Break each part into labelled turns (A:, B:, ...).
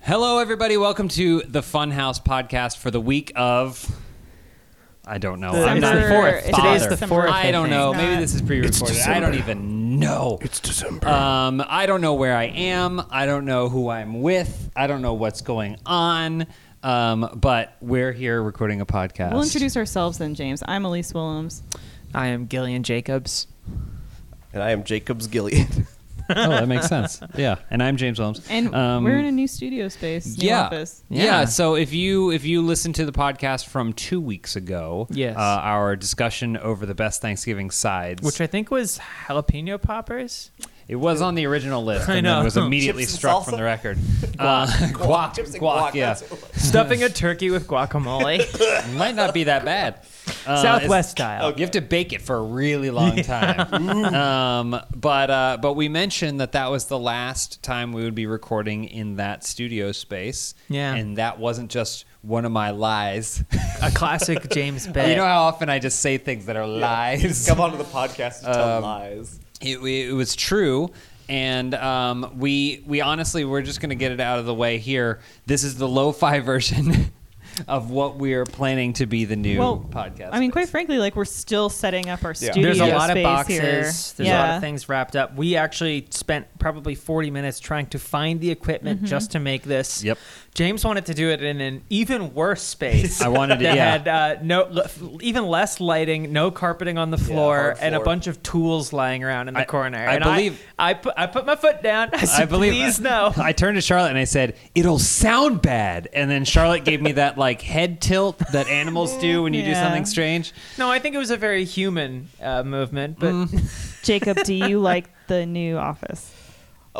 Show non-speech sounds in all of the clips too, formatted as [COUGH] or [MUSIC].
A: Hello, everybody. Welcome to the Funhouse podcast for the week of. I don't know. I'm not
B: December-
A: fourth.
B: it's
A: Father.
C: Today's the fourth,
A: I don't
C: I
A: know.
B: think.
A: Maybe this is pre-recorded. I don't
D: December.
A: even know.
D: It's December.
A: Um, I don't know where I am. I don't know who I'm with. I don't know what's going on. Um, but we're here recording a podcast.
B: We'll introduce ourselves then, James. I'm Elise Willems.
C: I am Gillian Jacobs.
D: and I am Jacobs Gillian.
A: oh, that makes sense. Yeah, and I'm James Williams.
B: And we're in a new studio space, new
A: yeah,
B: office.
A: yeah.
C: Um, Yeah.
A: So if you if you listen to the podcast from two weeks ago,
C: Yes.
A: uh, our discussion over the best Thanksgiving sides,
C: Which I think was jalapeno [LAUGHS] poppers.
A: it was on the original list,
C: I
A: and
C: know. [LAUGHS]
A: then was immediately
D: Chips and
A: struck from
D: salsa?
A: the record. Uh, [LAUGHS] guac,
D: Chips and
A: guac,
C: [LAUGHS]
D: guac, [LAUGHS]
A: yeah,
D: that's
C: Stuffing a turkey with guacamole. [LAUGHS]
A: might not be that bad. Uh, it's-
C: Southwest style.
A: You have to bake it for a really long
C: [LAUGHS]
A: time. um, but uh, but we mentioned that that was the last time we would be recording in that studio space.
C: Yeah.
A: and that wasn't just one of my lies. [LAUGHS]
C: A classic James bet.
A: You know how often I just say things that are lies.
D: Come onto the podcast and tell lies.
A: It, it was true, and um, we we honestly we're just gonna get it out of the way here. This is the lo-fi [LAUGHS] version of what we're planning to be the new
B: Well,
A: podcast.
B: I mean, quite
A: space.
B: frankly, like we're still setting up our
D: Yeah.
B: studio
C: There's a lot
B: space
C: of boxes.
B: here.
C: There's
B: yeah.
C: a lot of things wrapped up. We actually spent probably 40 minutes trying to find the
B: Mm-hmm.
C: equipment just to make this.
A: Yep.
C: James wanted to do it in an even worse space.
A: [LAUGHS] I wanted to-
C: that
A: yeah.
C: had uh, no l- even less lighting, no carpeting on the floor,
D: hard
C: and a
D: floor.
C: bunch of tools lying around in the
A: I-
C: corner.
A: I
C: and
A: believe-
C: I, put I put my foot down. [LAUGHS] I said,
A: I believe. [LAUGHS]
C: please no.
A: I turned to Charlotte and I said, "It'll sound bad." And then Charlotte gave me that like head tilt that animals do when you do
B: Yeah.
A: something strange.
C: No, I think it was a very human uh, movement, but
A: Mm.
B: Jacob,
C: [LAUGHS]
B: do you like the new office?
D: Uh,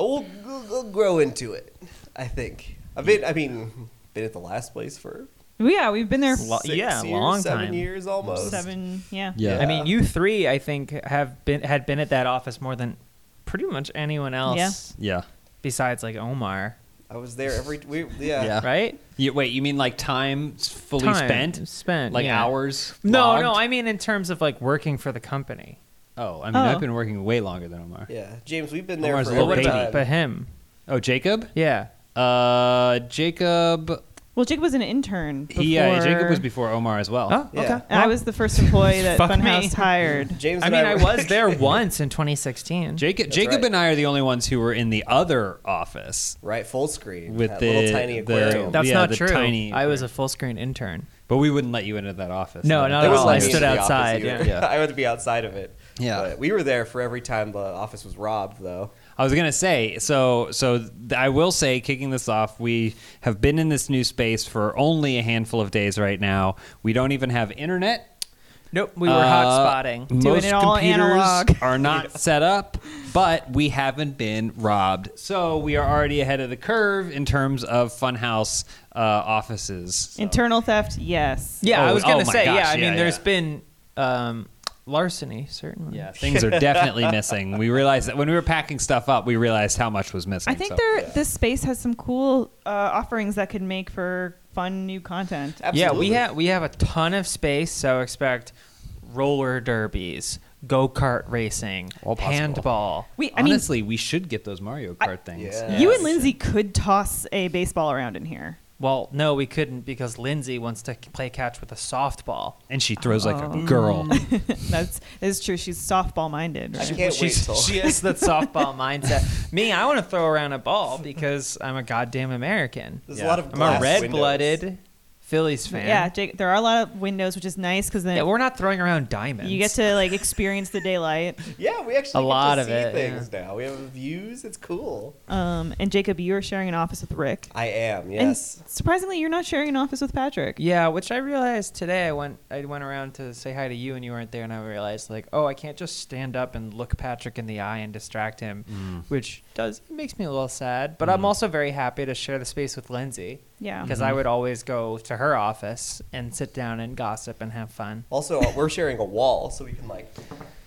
D: We'll, we'll, we'll grow into it. I think. I've been. I mean, been at the last place for
B: Well, Yeah, we've been there
C: Lo-
D: six
C: yeah,
D: years,
C: long
D: seven
C: time.
D: years almost.
B: seven. Yeah.
D: Yeah.
C: I mean, you three, I think, have been had been at that office more than pretty much anyone else
B: Yeah.
A: Yeah.
C: besides like Omar,
D: I was there every. We, yeah.
A: Yeah.
C: right?
A: You, wait, you mean like time s- fully
C: Time
A: spent?
C: spent,
A: Like
C: yeah.
A: hours?
C: No,
A: logged?
C: no, I mean in terms of like working for the company.
A: Oh, I mean,
B: Oh.
A: I've been working way longer than Omar.
D: Yeah. James, we've been there
A: Omar's
D: for
A: a little
D: every
A: baby.
D: time.
C: But him,
A: Oh, Jacob?
C: yeah,
A: Uh, Jacob.
B: Well, Jacob was an intern. Before,
A: He, uh, Jacob was before Omar as well.
C: oh,
D: Yeah.
C: okay.
B: and I was the first employee
C: [LAUGHS]
B: that
C: Fuck me.
B: Funhouse hired.
D: James.
C: I
D: and
C: mean, I
D: were- [LAUGHS]
C: was [LAUGHS] there once in 2016.
A: Jacob, Jacob
D: right.
A: and I are the only ones who were in the other office
D: right full screen
A: with
D: that
A: the
D: little tiny
A: the-
D: aquarium.
C: That's
A: yeah,
C: not
A: the
C: true.
A: Tiny,
C: I was a full screen intern.
A: but we wouldn't let you into that office.
C: No,
A: That-
C: not
A: that
C: at
A: was
C: all.
A: like
C: I
A: me.
C: stood
D: in the
C: outside,
D: office either.
A: yeah. Yeah.
D: [LAUGHS] I would be outside of it.
A: Yeah.
D: But we were there for every time the office was robbed, though.
A: I was gonna say so. So th- I will say, kicking this off, we have been in this new space for only a handful of days right now. We don't even have internet.
C: Nope, we were
A: Uh,
C: hot hotspotting.
B: Doing
A: most
B: it all
A: computers
B: analog.
A: are
B: [LAUGHS]
A: not set up, but we haven't been robbed, so we are already ahead of the curve in terms of Funhouse uh, offices. [LAUGHS] So-
B: Internal theft, yes.
C: Yeah, I
A: Oh,
C: was gonna
A: oh my
C: say.
A: gosh,
C: yeah, I mean,
A: yeah,
C: there's
A: yeah.
C: been um, larceny certainly.
A: yeah, things are
B: [LAUGHS]
A: definitely missing. We realized that when we were packing stuff up, we realized how much was missing.
B: I think
A: so-
B: there this space has some cool uh, offerings that could make for fun new content.
D: Absolutely.
C: Yeah, we have we have a ton of space, so expect roller derbies, go kart racing,
A: All possible.
C: handball.
B: We, I mean,
A: Honestly, we should get those Mario Kart things.
D: Yeah.
B: You
D: Yeah.
B: and Lindsay could toss a baseball around in here. [LAUGHS]
C: Well, no, we couldn't because Lindsay wants to play catch with a softball.
A: And she throws like
B: Oh.
A: a girl.
B: That's is true. She's softball minded.
D: I
B: Right?
D: can't wait
C: She's, [LAUGHS]
D: till [LAUGHS]
C: she has that softball mindset. Me, I want to throw around a
D: [LAUGHS]
C: ball because I'm a goddamn American.
D: There's
A: Yeah.
D: a lot of
C: I'm a
D: glass windows.
C: red-blooded Phillies fan.
B: Yeah, Jake, there are a lot of windows, which is nice because then
C: Yeah, we're not throwing around diamonds.
B: you get to like experience the daylight.
D: Yeah, we actually
C: A
D: get
C: lot
D: to
C: of
D: see
C: it,
D: things now. We have views. It's cool.
B: Um, and Jacob, you are sharing an office with Rick.
D: I am. Yes.
B: And surprisingly, you're not sharing an office with Patrick.
C: Yeah, which I realized today. I went I went around to say hi to you, and you weren't there, and I realized like, oh, I can't just stand up and look Patrick in the eye and distract him,
D: Mm.
C: which does it makes me a little sad. But I'm also very happy to share the space with Lindsay
B: Yeah.
C: because I would always go to her office and sit down and gossip and have fun.
D: also, uh, we're sharing a wall, so we can like.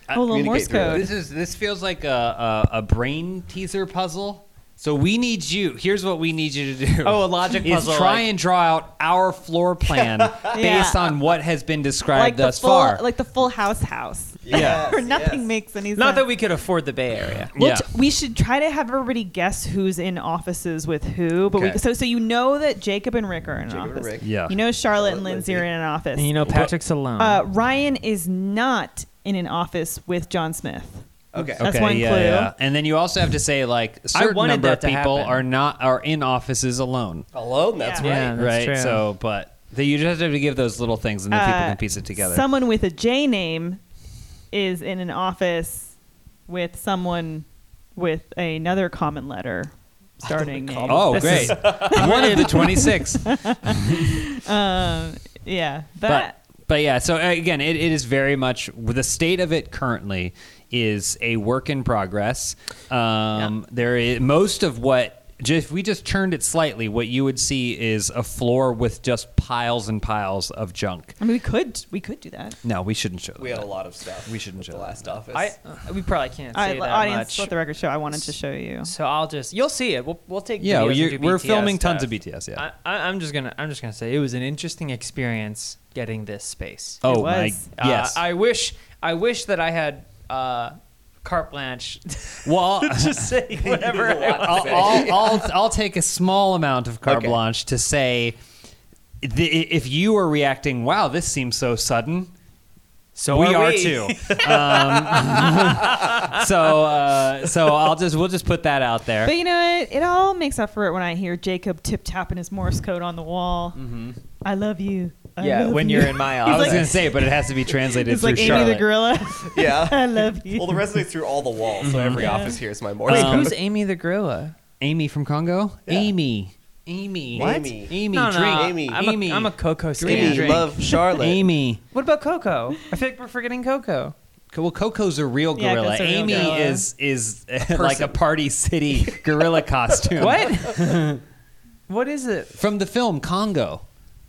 B: Oh, little
D: communicate
B: Morse
D: through it.
B: code.
A: This is this feels like a, a, a brain teaser puzzle. So we need you. Here's what we need you to do.
C: Oh, a logic
A: is
C: puzzle,
A: try
C: like-
A: and draw out our floor
C: [LAUGHS]
A: plan based on what has been described
B: like
A: thus
B: the full,
A: far.
B: like the Full House house,
D: Yes,
B: where nothing
D: yes.
B: makes any sense.
C: Not that we could afford the Bay Area.
B: We'll
A: Yeah.
B: t- we should try to have everybody guess who's in offices with who. But
D: Okay.
B: we, so so you know that Jacob and Rick are in an
D: Jacob and
B: office.
D: Rick.
A: Yeah.
B: You know Charlotte and
D: Charlotte,
B: Lindsay
D: Lindsay.
B: are in an office.
C: And you know Patrick's alone.
B: uh, Ryan is not in an office with John Smith.
D: Okay.
B: That's one
A: yeah,
B: clue.
A: yeah. And then you also have to say like a certain
C: wanted
A: number of
C: that to
A: people
C: happen.
A: are not are in offices alone.
D: Alone. That's
B: Yeah.
D: right.
C: Yeah. that's
A: right.
C: true.
A: So, but they, you just have to give those little things, and then people
B: Uh,
A: can piece it together.
B: Someone with a J name is in an office with someone with another common letter starting name.
A: oh,
B: This
A: great!
C: [LAUGHS]
B: is-
A: one of the twenty-six.
B: um, yeah,
A: but
B: that
A: but yeah so uh, again it, it is very much the state of it currently is a work in progress um there is most of what ju- if we just turned it slightly what you would see is a floor with just piles and piles of junk
B: I mean we could we could do that.
A: no we shouldn't show them
D: We had a
A: that.
D: lot of stuff.
A: We shouldn't
D: at the
A: show
D: last office.
C: I, we probably can't
B: All
C: say
B: right,
C: that
B: audience,
C: much.
B: let the record show. I wanted to show you.
C: So I'll just you'll see it. We'll, we'll take
A: yeah
C: videos
A: well,
C: and
A: you're,
C: do
A: we're
C: BTS
A: filming tons of
C: stuff.
A: bts yeah
C: I, I, I'm just gonna I'm just gonna say it was an interesting experience getting this space.
A: oh
B: It
A: my
B: was.
C: Uh,
A: yes
C: I wish I wish that I had uh, carte blanche [LAUGHS] to
A: well
C: just say whatever.
D: There's a
C: I
D: lot.
A: I'll, I'll, I'll, I'll take a small amount of carte
D: Okay.
A: blanche to say the, if you are reacting, wow, this seems so sudden. So we
C: are
A: are,
C: we.
B: [LAUGHS]
A: too. um, [LAUGHS] so uh, so I'll just we'll just put that out there.
B: But you know what? It all makes up for it when I hear Jacob tip tapping his Morse code on the wall.
D: Mm-hmm.
B: I love you. I
C: yeah,
B: love
C: when
B: you.
C: you're in my
A: I was
C: office.
A: gonna [LAUGHS] say, but it has to be translated
B: it's
A: through
B: like Amy the
A: Charlotte.
B: gorilla.
D: [LAUGHS] yeah.
B: I love you.
D: Well, the resonates through all the walls, so every
B: Yeah.
D: office here is my Morse
C: Wait,
D: code.
C: who's Amy the gorilla?
A: Amy from Congo.
D: Yeah.
A: Amy. Amy.
D: What?
A: Amy.
D: Amy.
A: Amy.
C: No, no,
A: drink.
D: Amy.
C: I'm
A: Amy.
C: A, I'm a Coco stan.
D: Amy,
A: Drink.
D: love Charlotte.
A: Amy.
C: What about Coco? I feel like we're forgetting [LAUGHS] Coco.
A: Co- Well, Coco's a real
B: Yeah,
A: gorilla.
B: Coco's a real
A: Amy
B: gorilla.
A: is is [LAUGHS] like a Party City
B: [LAUGHS]
A: gorilla costume.
C: What? [LAUGHS] what is it?
A: from the film Congo,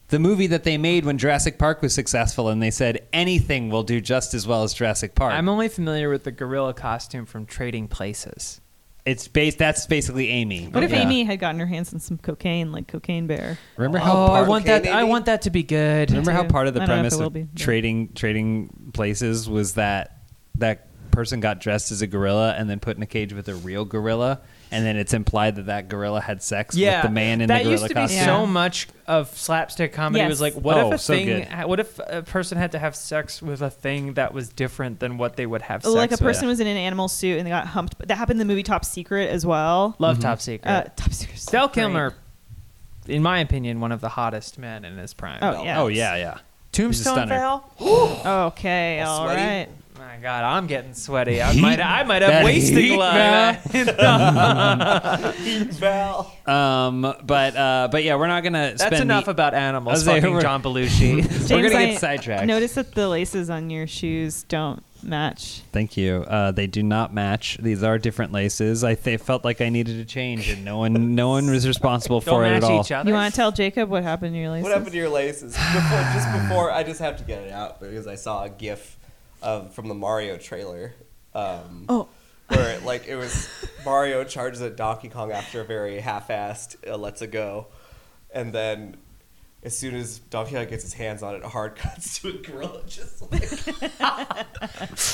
A: the movie that they made when Jurassic Park was successful, and they said anything will do just as well as Jurassic Park.
C: I'm only familiar with the gorilla costume from Trading Places.
A: it's based. That's basically Amy.
B: what if
A: Yeah.
B: Amy had gotten her hands on some cocaine, like Cocaine Bear?
A: Remember how? part,
C: Oh, I want
D: Okay,
C: that. I
D: maybe?
C: want that to be good.
A: remember how
B: too.
A: part of the
B: I don't know if
A: premise
B: it will
A: of
B: be, yeah.
A: trading trading places was that that person got dressed as a gorilla and then put in a cage with a real gorilla, and then it's implied that that gorilla had sex with the man in
C: that
A: the gorilla
C: used to be
A: costume.
C: so
B: Yeah.
C: much of slapstick comedy
B: Yes.
C: was like, what
A: Oh,
C: if a
A: so
C: thing,
A: good.
C: what if a person had to have sex with a thing that was different than what they would have sex
B: like a
C: with?
B: person was in an animal suit and they got humped. But that happened in the movie Top Secret as well.
C: Love
A: Mm-hmm.
C: Top Secret.
B: Uh, Top Secret. is so
C: Del
B: great.
C: Kilmer, in my opinion, one of the hottest men in his prime.
B: Oh yeah.
A: Oh yeah, yeah.
C: Tombstone
A: stunner.
C: Veil.
B: [GASPS] Okay.
D: All
B: All
D: sweaty.
B: right.
C: My God, I'm getting sweaty. I
A: Heat.
C: might, I might
A: That
C: have wasting
A: heat,
C: [LAUGHS] love.
D: Val.
A: Um, but uh, but yeah, we're not gonna.
C: That's
A: spend the-
C: enough about
A: I was
C: animals.
A: saying,
C: Fucking
A: we're-
C: John Belushi.
A: [LAUGHS] We're gonna
B: James,
A: get
B: I
A: sidetracked.
B: Notice that the laces on your shoes don't match.
A: Thank you. Uh, they do not match. These are different laces. I th- felt like I needed a change, and no one, no one was responsible
C: Don't
A: for it at
C: match
A: all.
C: each other.
B: You want to tell Jacob what happened to your laces?
D: What happened to your laces? Before, just before, I just have to get it out because I saw a GIF of, from the Mario trailer. Um,
B: Oh.
D: Where it, like it was Mario charges at Donkey Kong after a very half-assed uh, "Let's a go," and then as soon as Donkey Kong gets his hands on it, hard cuts to a gorilla [LAUGHS] just like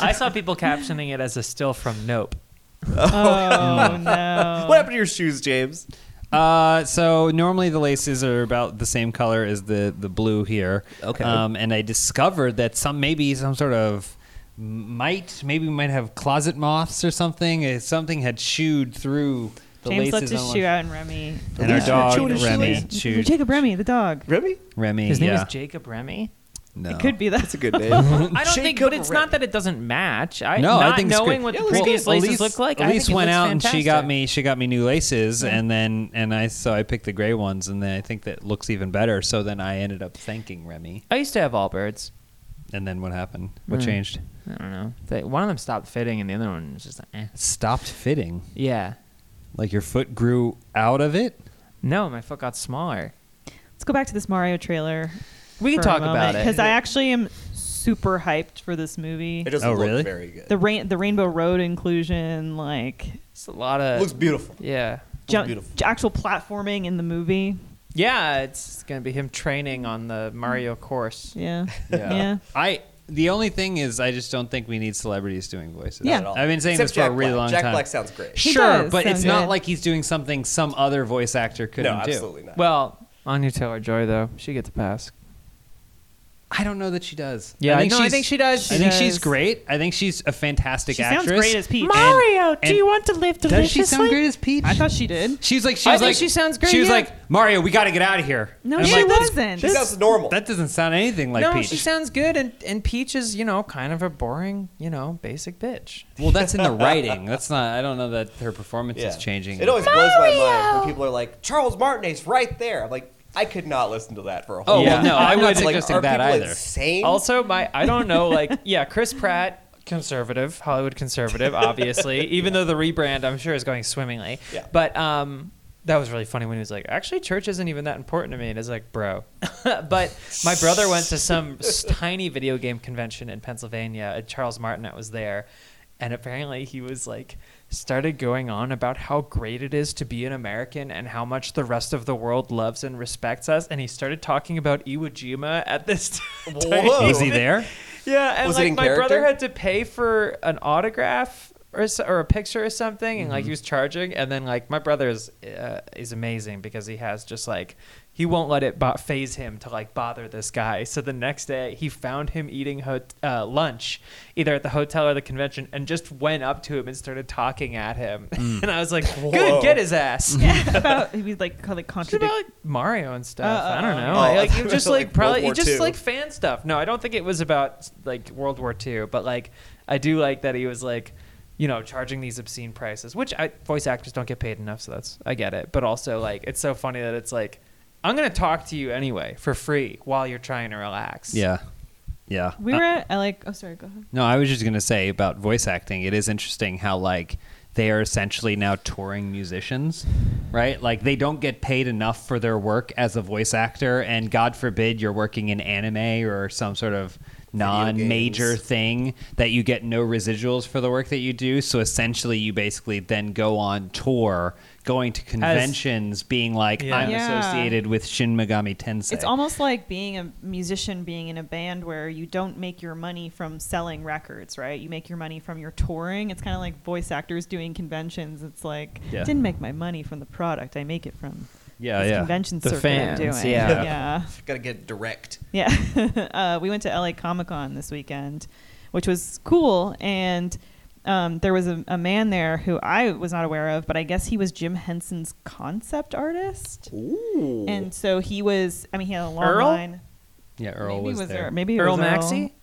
C: I saw people captioning it as a still from Nope.
B: Oh no.
D: What happened to your shoes, James?
A: Uh, so normally the laces are about the same color as the the blue here.
D: Okay.
A: Um, and I discovered that some maybe some sort of mite, maybe we might have closet moths or something. Uh, Something had chewed through the
B: James left
A: laces.
B: his
A: on
B: shoe
A: one-
B: out, and Remy.
A: And our
D: Yeah. Chewed
A: dog
D: his shoe
A: Remy
D: laces.
A: chewed
B: Jacob Remy, the dog.
D: Remy?
A: Remy.
C: His name
A: yeah.
C: is Jacob Remy.
A: No.
B: It could be that.
D: That's a good [LAUGHS] name.
C: I don't think,
D: Jacob
C: but it's
D: Remy.
C: not that it doesn't match. I,
A: No,
C: not
A: I think it's great.
C: knowing what
D: Yeah,
C: the
D: let's
C: previous
A: Well,
C: laces
A: Elise-
C: look like. I
A: Elise
C: think it
A: went
C: looks
A: out and she got
C: fantastic.
A: me she got me new laces and then and I so I picked the gray ones and then I think that looks even better. So then I ended up thanking Remy.
C: I used to have all birds.
A: And then what happened? What
D: Hmm.
C: Mm.
A: changed?
C: I don't know. They, one of them stopped fitting, and the other one was just like, eh.
A: Stopped fitting.
C: yeah.
A: Like your foot grew out of it?
C: No, my foot got smaller.
B: Let's go back to this Mario trailer.
C: We can talk about it.
B: because I actually am super hyped for this movie.
D: It doesn't
A: Oh,
D: look
A: really?
D: very good.
B: The rain, the Rainbow Road inclusion, like
C: It's a lot
D: It
C: of
D: looks beautiful.
C: yeah.
B: jump,
D: beautiful.
B: actual platforming in the movie.
C: Yeah, it's gonna be him training on the Mario course.
B: Yeah.
A: Yeah.
B: Yeah.
A: I the only thing is I just don't think we need celebrities doing voices.
B: Yeah.
D: Not at all.
A: I've been saying
D: Except
A: this for
D: Jack
A: a really
D: Black.
A: long
D: Jack
A: time.
D: Black sounds great.
B: He
A: sure,
B: does
A: but it's
B: sound
A: not
B: good.
A: like he's doing something some other voice actor couldn't
D: No,
A: do.
D: absolutely not.
C: Well, Anya Taylor Joy though, she gets a pass.
A: I don't know that she does.
C: Yeah,
A: I think,
C: no, I
A: she's,
C: think she does.
A: I think
B: She
A: she's
B: does.
A: great. I think she's a fantastic
B: She
A: actress.
B: sounds great as Peach.
A: Mario, do you
C: want to live
A: does she sound great as Peach?
B: I thought she did.
A: She's like, she
C: I
A: was
C: think
A: like,
C: she sounds great,
A: She was
C: yeah.
A: like, Mario, we got to get out of here.
B: No,
A: And I'm
B: she
A: like, "That's-
B: wasn't. [LAUGHS]
D: She sounds normal.
A: That doesn't sound anything like
C: no,
A: Peach.
C: she sounds good, and and Peach is you know kind of a boring you know basic bitch.
A: well, that's in the writing. That's not. I don't know that her performance is changing.
D: It always blows my mind when people are like, Charles Martinet's right there. I'm like, I could not listen to that for a whole
A: Oh,
D: week.
A: well, no, I
D: I'm
A: wasn't
D: like,
A: suggesting
D: are
A: that
D: people
A: either.
D: Insane.
C: Also, my I don't know, like [LAUGHS] yeah, Chris Pratt, conservative, Hollywood conservative, obviously. even though the rebrand, I'm sure, is going swimmingly.
D: Yeah.
C: But um, that was really funny when he was like, actually, church isn't even that important to me, and it's like, bro. [LAUGHS] but my brother went to some s- tiny video game convention in Pennsylvania, and Charles Martinet was there, and apparently he was like. Started going on about how great it is to be an American and how much the rest of the world loves and respects us, and he started talking about Iwo Jima at this. [LAUGHS] tiny
D: Whoa.
A: Was he there?
C: yeah, and
D: Was it
C: like
D: in
C: my brother
D: character?
C: had to pay for an autograph or so, or a picture or something, and like
D: Mm-hmm.
C: he was charging. And then like my brother is uh, is amazing because he has just like he won't let it bo- phase him to like bother this guy. So the next day he found him eating ho- uh, lunch either at the hotel or the convention, and just went up to him and started talking at him. [LAUGHS]
D: Mm.
C: and I was like,
D: Whoa.
C: "Good, get his ass."
B: about he was like kind of
C: It's about
B: contradict.
C: like Mario and stuff.
B: Uh,
C: I don't know.
D: Oh, I
C: like
D: thought
C: you
D: it
C: just
D: was
C: like,
D: like
C: probably
D: World War
C: you just
D: Two.
C: like fan stuff. No, I don't think it was about like World War II, but like I do like that he was like, you know, charging these obscene prices, which I voice actors don't get paid enough, so that's I get it. But also like it's so funny that it's like I'm gonna talk to you anyway for free while you're trying to relax.
A: Yeah, yeah.
B: We were at I like. Oh, sorry. Go ahead.
A: No, I was just gonna say about voice acting. It is interesting how like they are essentially now touring musicians, right? Like they don't get paid enough for their work as a voice actor, and God forbid you're working in anime or some sort of non-major
D: games.
A: thing that you get no residuals for the work that you do. So essentially, you basically then go on tour, going to conventions, being like,
C: Yeah.
A: I'm
B: Yeah.
A: associated with Shin Megami Tensei.
B: It's almost like being a musician, being in a band where you don't make your money from selling records, right? You make your money from your touring. It's kind of like voice actors doing conventions. It's like
A: Yeah.
B: didn't make my money from the product. I make it from
A: yeah,
B: this
A: yeah.
B: convention
C: The
B: circuit I'm
C: fans,
B: doing.
C: yeah.
B: yeah.
D: Gotta get direct.
B: [LAUGHS] Yeah. [LAUGHS] uh, we went to LA Comic Con this weekend, which was cool. And um, there was a, a man there who I was not aware of, but I guess he was Jim Henson's concept artist.
D: Ooh.
B: And so he was, I mean, he had a long
C: Earl?
B: line.
A: yeah, Earl
B: Maybe
A: was, there.
B: Maybe it
C: Earl
B: was
C: Maxey?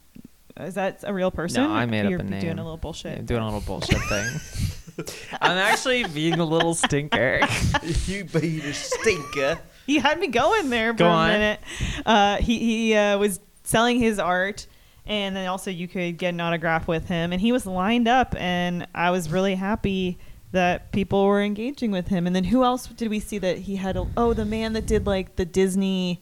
B: Is that a real person?
C: No, I made up
B: You're
C: a name.
B: doing a little
C: Yeah,
B: bullshit. [LAUGHS]
C: doing a little bullshit thing. [LAUGHS] I'm actually being a little stinker.
D: [LAUGHS] you uh. be the
A: [LAUGHS]
D: stinker.
B: he had me going there for
C: Go
B: a
C: on.
B: minute. Uh, he he uh, was selling his art, and then also you could get an autograph with him. And he was lined up, and I was really happy that people were engaging with him. And then who else did we see that he had? A, oh, the man that did like the Disney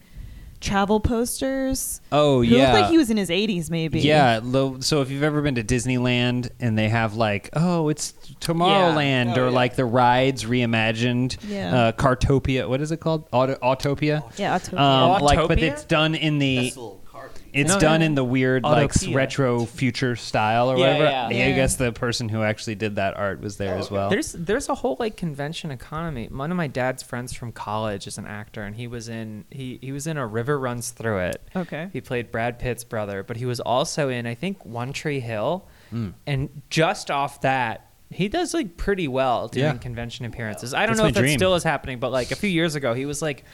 B: travel posters.
A: Oh
B: who
A: yeah.
B: looked like he was in his 80s, maybe.
A: Yeah, lo- so if you've ever been to Disneyland and they have like, oh, it's Tomorrowland
D: Oh,
A: or
D: yeah.
A: like the rides reimagined,
B: Yeah.
A: uh, Cartopia. What is it called? Auto- Autopia.
B: Yeah, Autopia.
A: Um, like, but
C: Autopia?
A: it's done in the.
D: That's a little carpy.
A: It's
C: No,
A: done
C: yeah.
A: in the weird, like s-
C: Autopia.
A: retro future style or
C: Yeah,
A: whatever.
C: yeah.
A: I
B: Yeah.
A: guess the person who actually did that art was there
D: Oh,
A: as
D: okay.
A: well.
C: There's there's a whole like convention economy. One of my dad's friends from college is an actor, and he was in he he was in A River Runs Through It.
B: Okay.
C: He played Brad Pitt's brother, but he was also in I think One Tree Hill,
A: Hmm.
C: and just off that. He does like pretty well doing
A: Yeah.
C: convention appearances. I don't
A: That's
C: know
A: my
C: if that
A: dream.
C: still is happening, but like a few years ago, he was like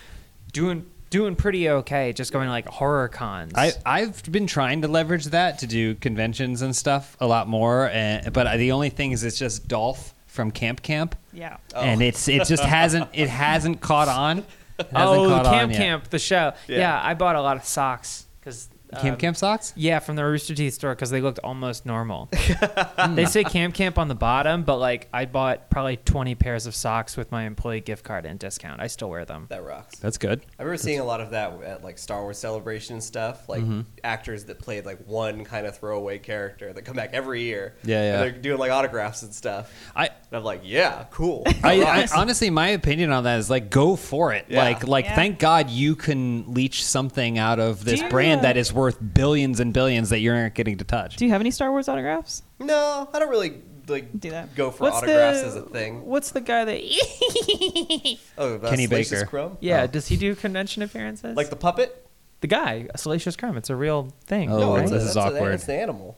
C: doing doing pretty okay, just going to like horror cons.
A: I, I've been trying to leverage that to do conventions and stuff a lot more, and, but I, the only thing is it's just Dolph from Camp Camp.
B: Yeah.
D: Oh.
A: and it's it just hasn't it hasn't caught on. It hasn't
C: oh,
A: caught on
C: Camp
A: yet.
C: Camp, the show. Yeah.
D: Yeah.
C: I bought a lot of socks um, because
A: Camp Camp socks.
C: Yeah, from the Rooster Teeth store because they looked almost normal. [LAUGHS] they say Camp Camp on the bottom, but like I bought probably 20 pairs of socks with my employee gift card and discount. I still wear them.
D: That rocks.
A: That's good.
D: I remember seeing a lot of that at like Star Wars Celebration and stuff, like
A: Mm-hmm.
D: actors that played like one kind of throwaway character that come back every year.
A: Yeah, yeah.
D: And they're doing like autographs and stuff.
A: I
D: And I'm like, yeah, cool.
A: [LAUGHS] I, I,
D: Rocks.
A: honestly, my opinion on that is like, go for it.
D: Yeah.
A: Like, like,
B: Yeah.
A: thank God you can leech something out of this
B: Do you-
A: brand that is worth billions and billions that you're not getting to touch.
B: Do you have any Star Wars autographs?
D: no, I don't really like
B: Do that.
D: go for
C: What's
D: autographs
C: the-
D: as a thing.
C: What's the guy
B: [LAUGHS]
C: that?
D: Oh, that's
A: Kenny
D: Salacious
A: Baker.
D: Crumb?
C: yeah, does he do convention appearances?
D: Like the puppet?
C: Oh. the guy, Salacious Crumb. It's a real thing.
A: Oh,
C: right?
A: it's
C: [LAUGHS]
A: this a- is
D: that's
A: awkward.
D: That's the animal.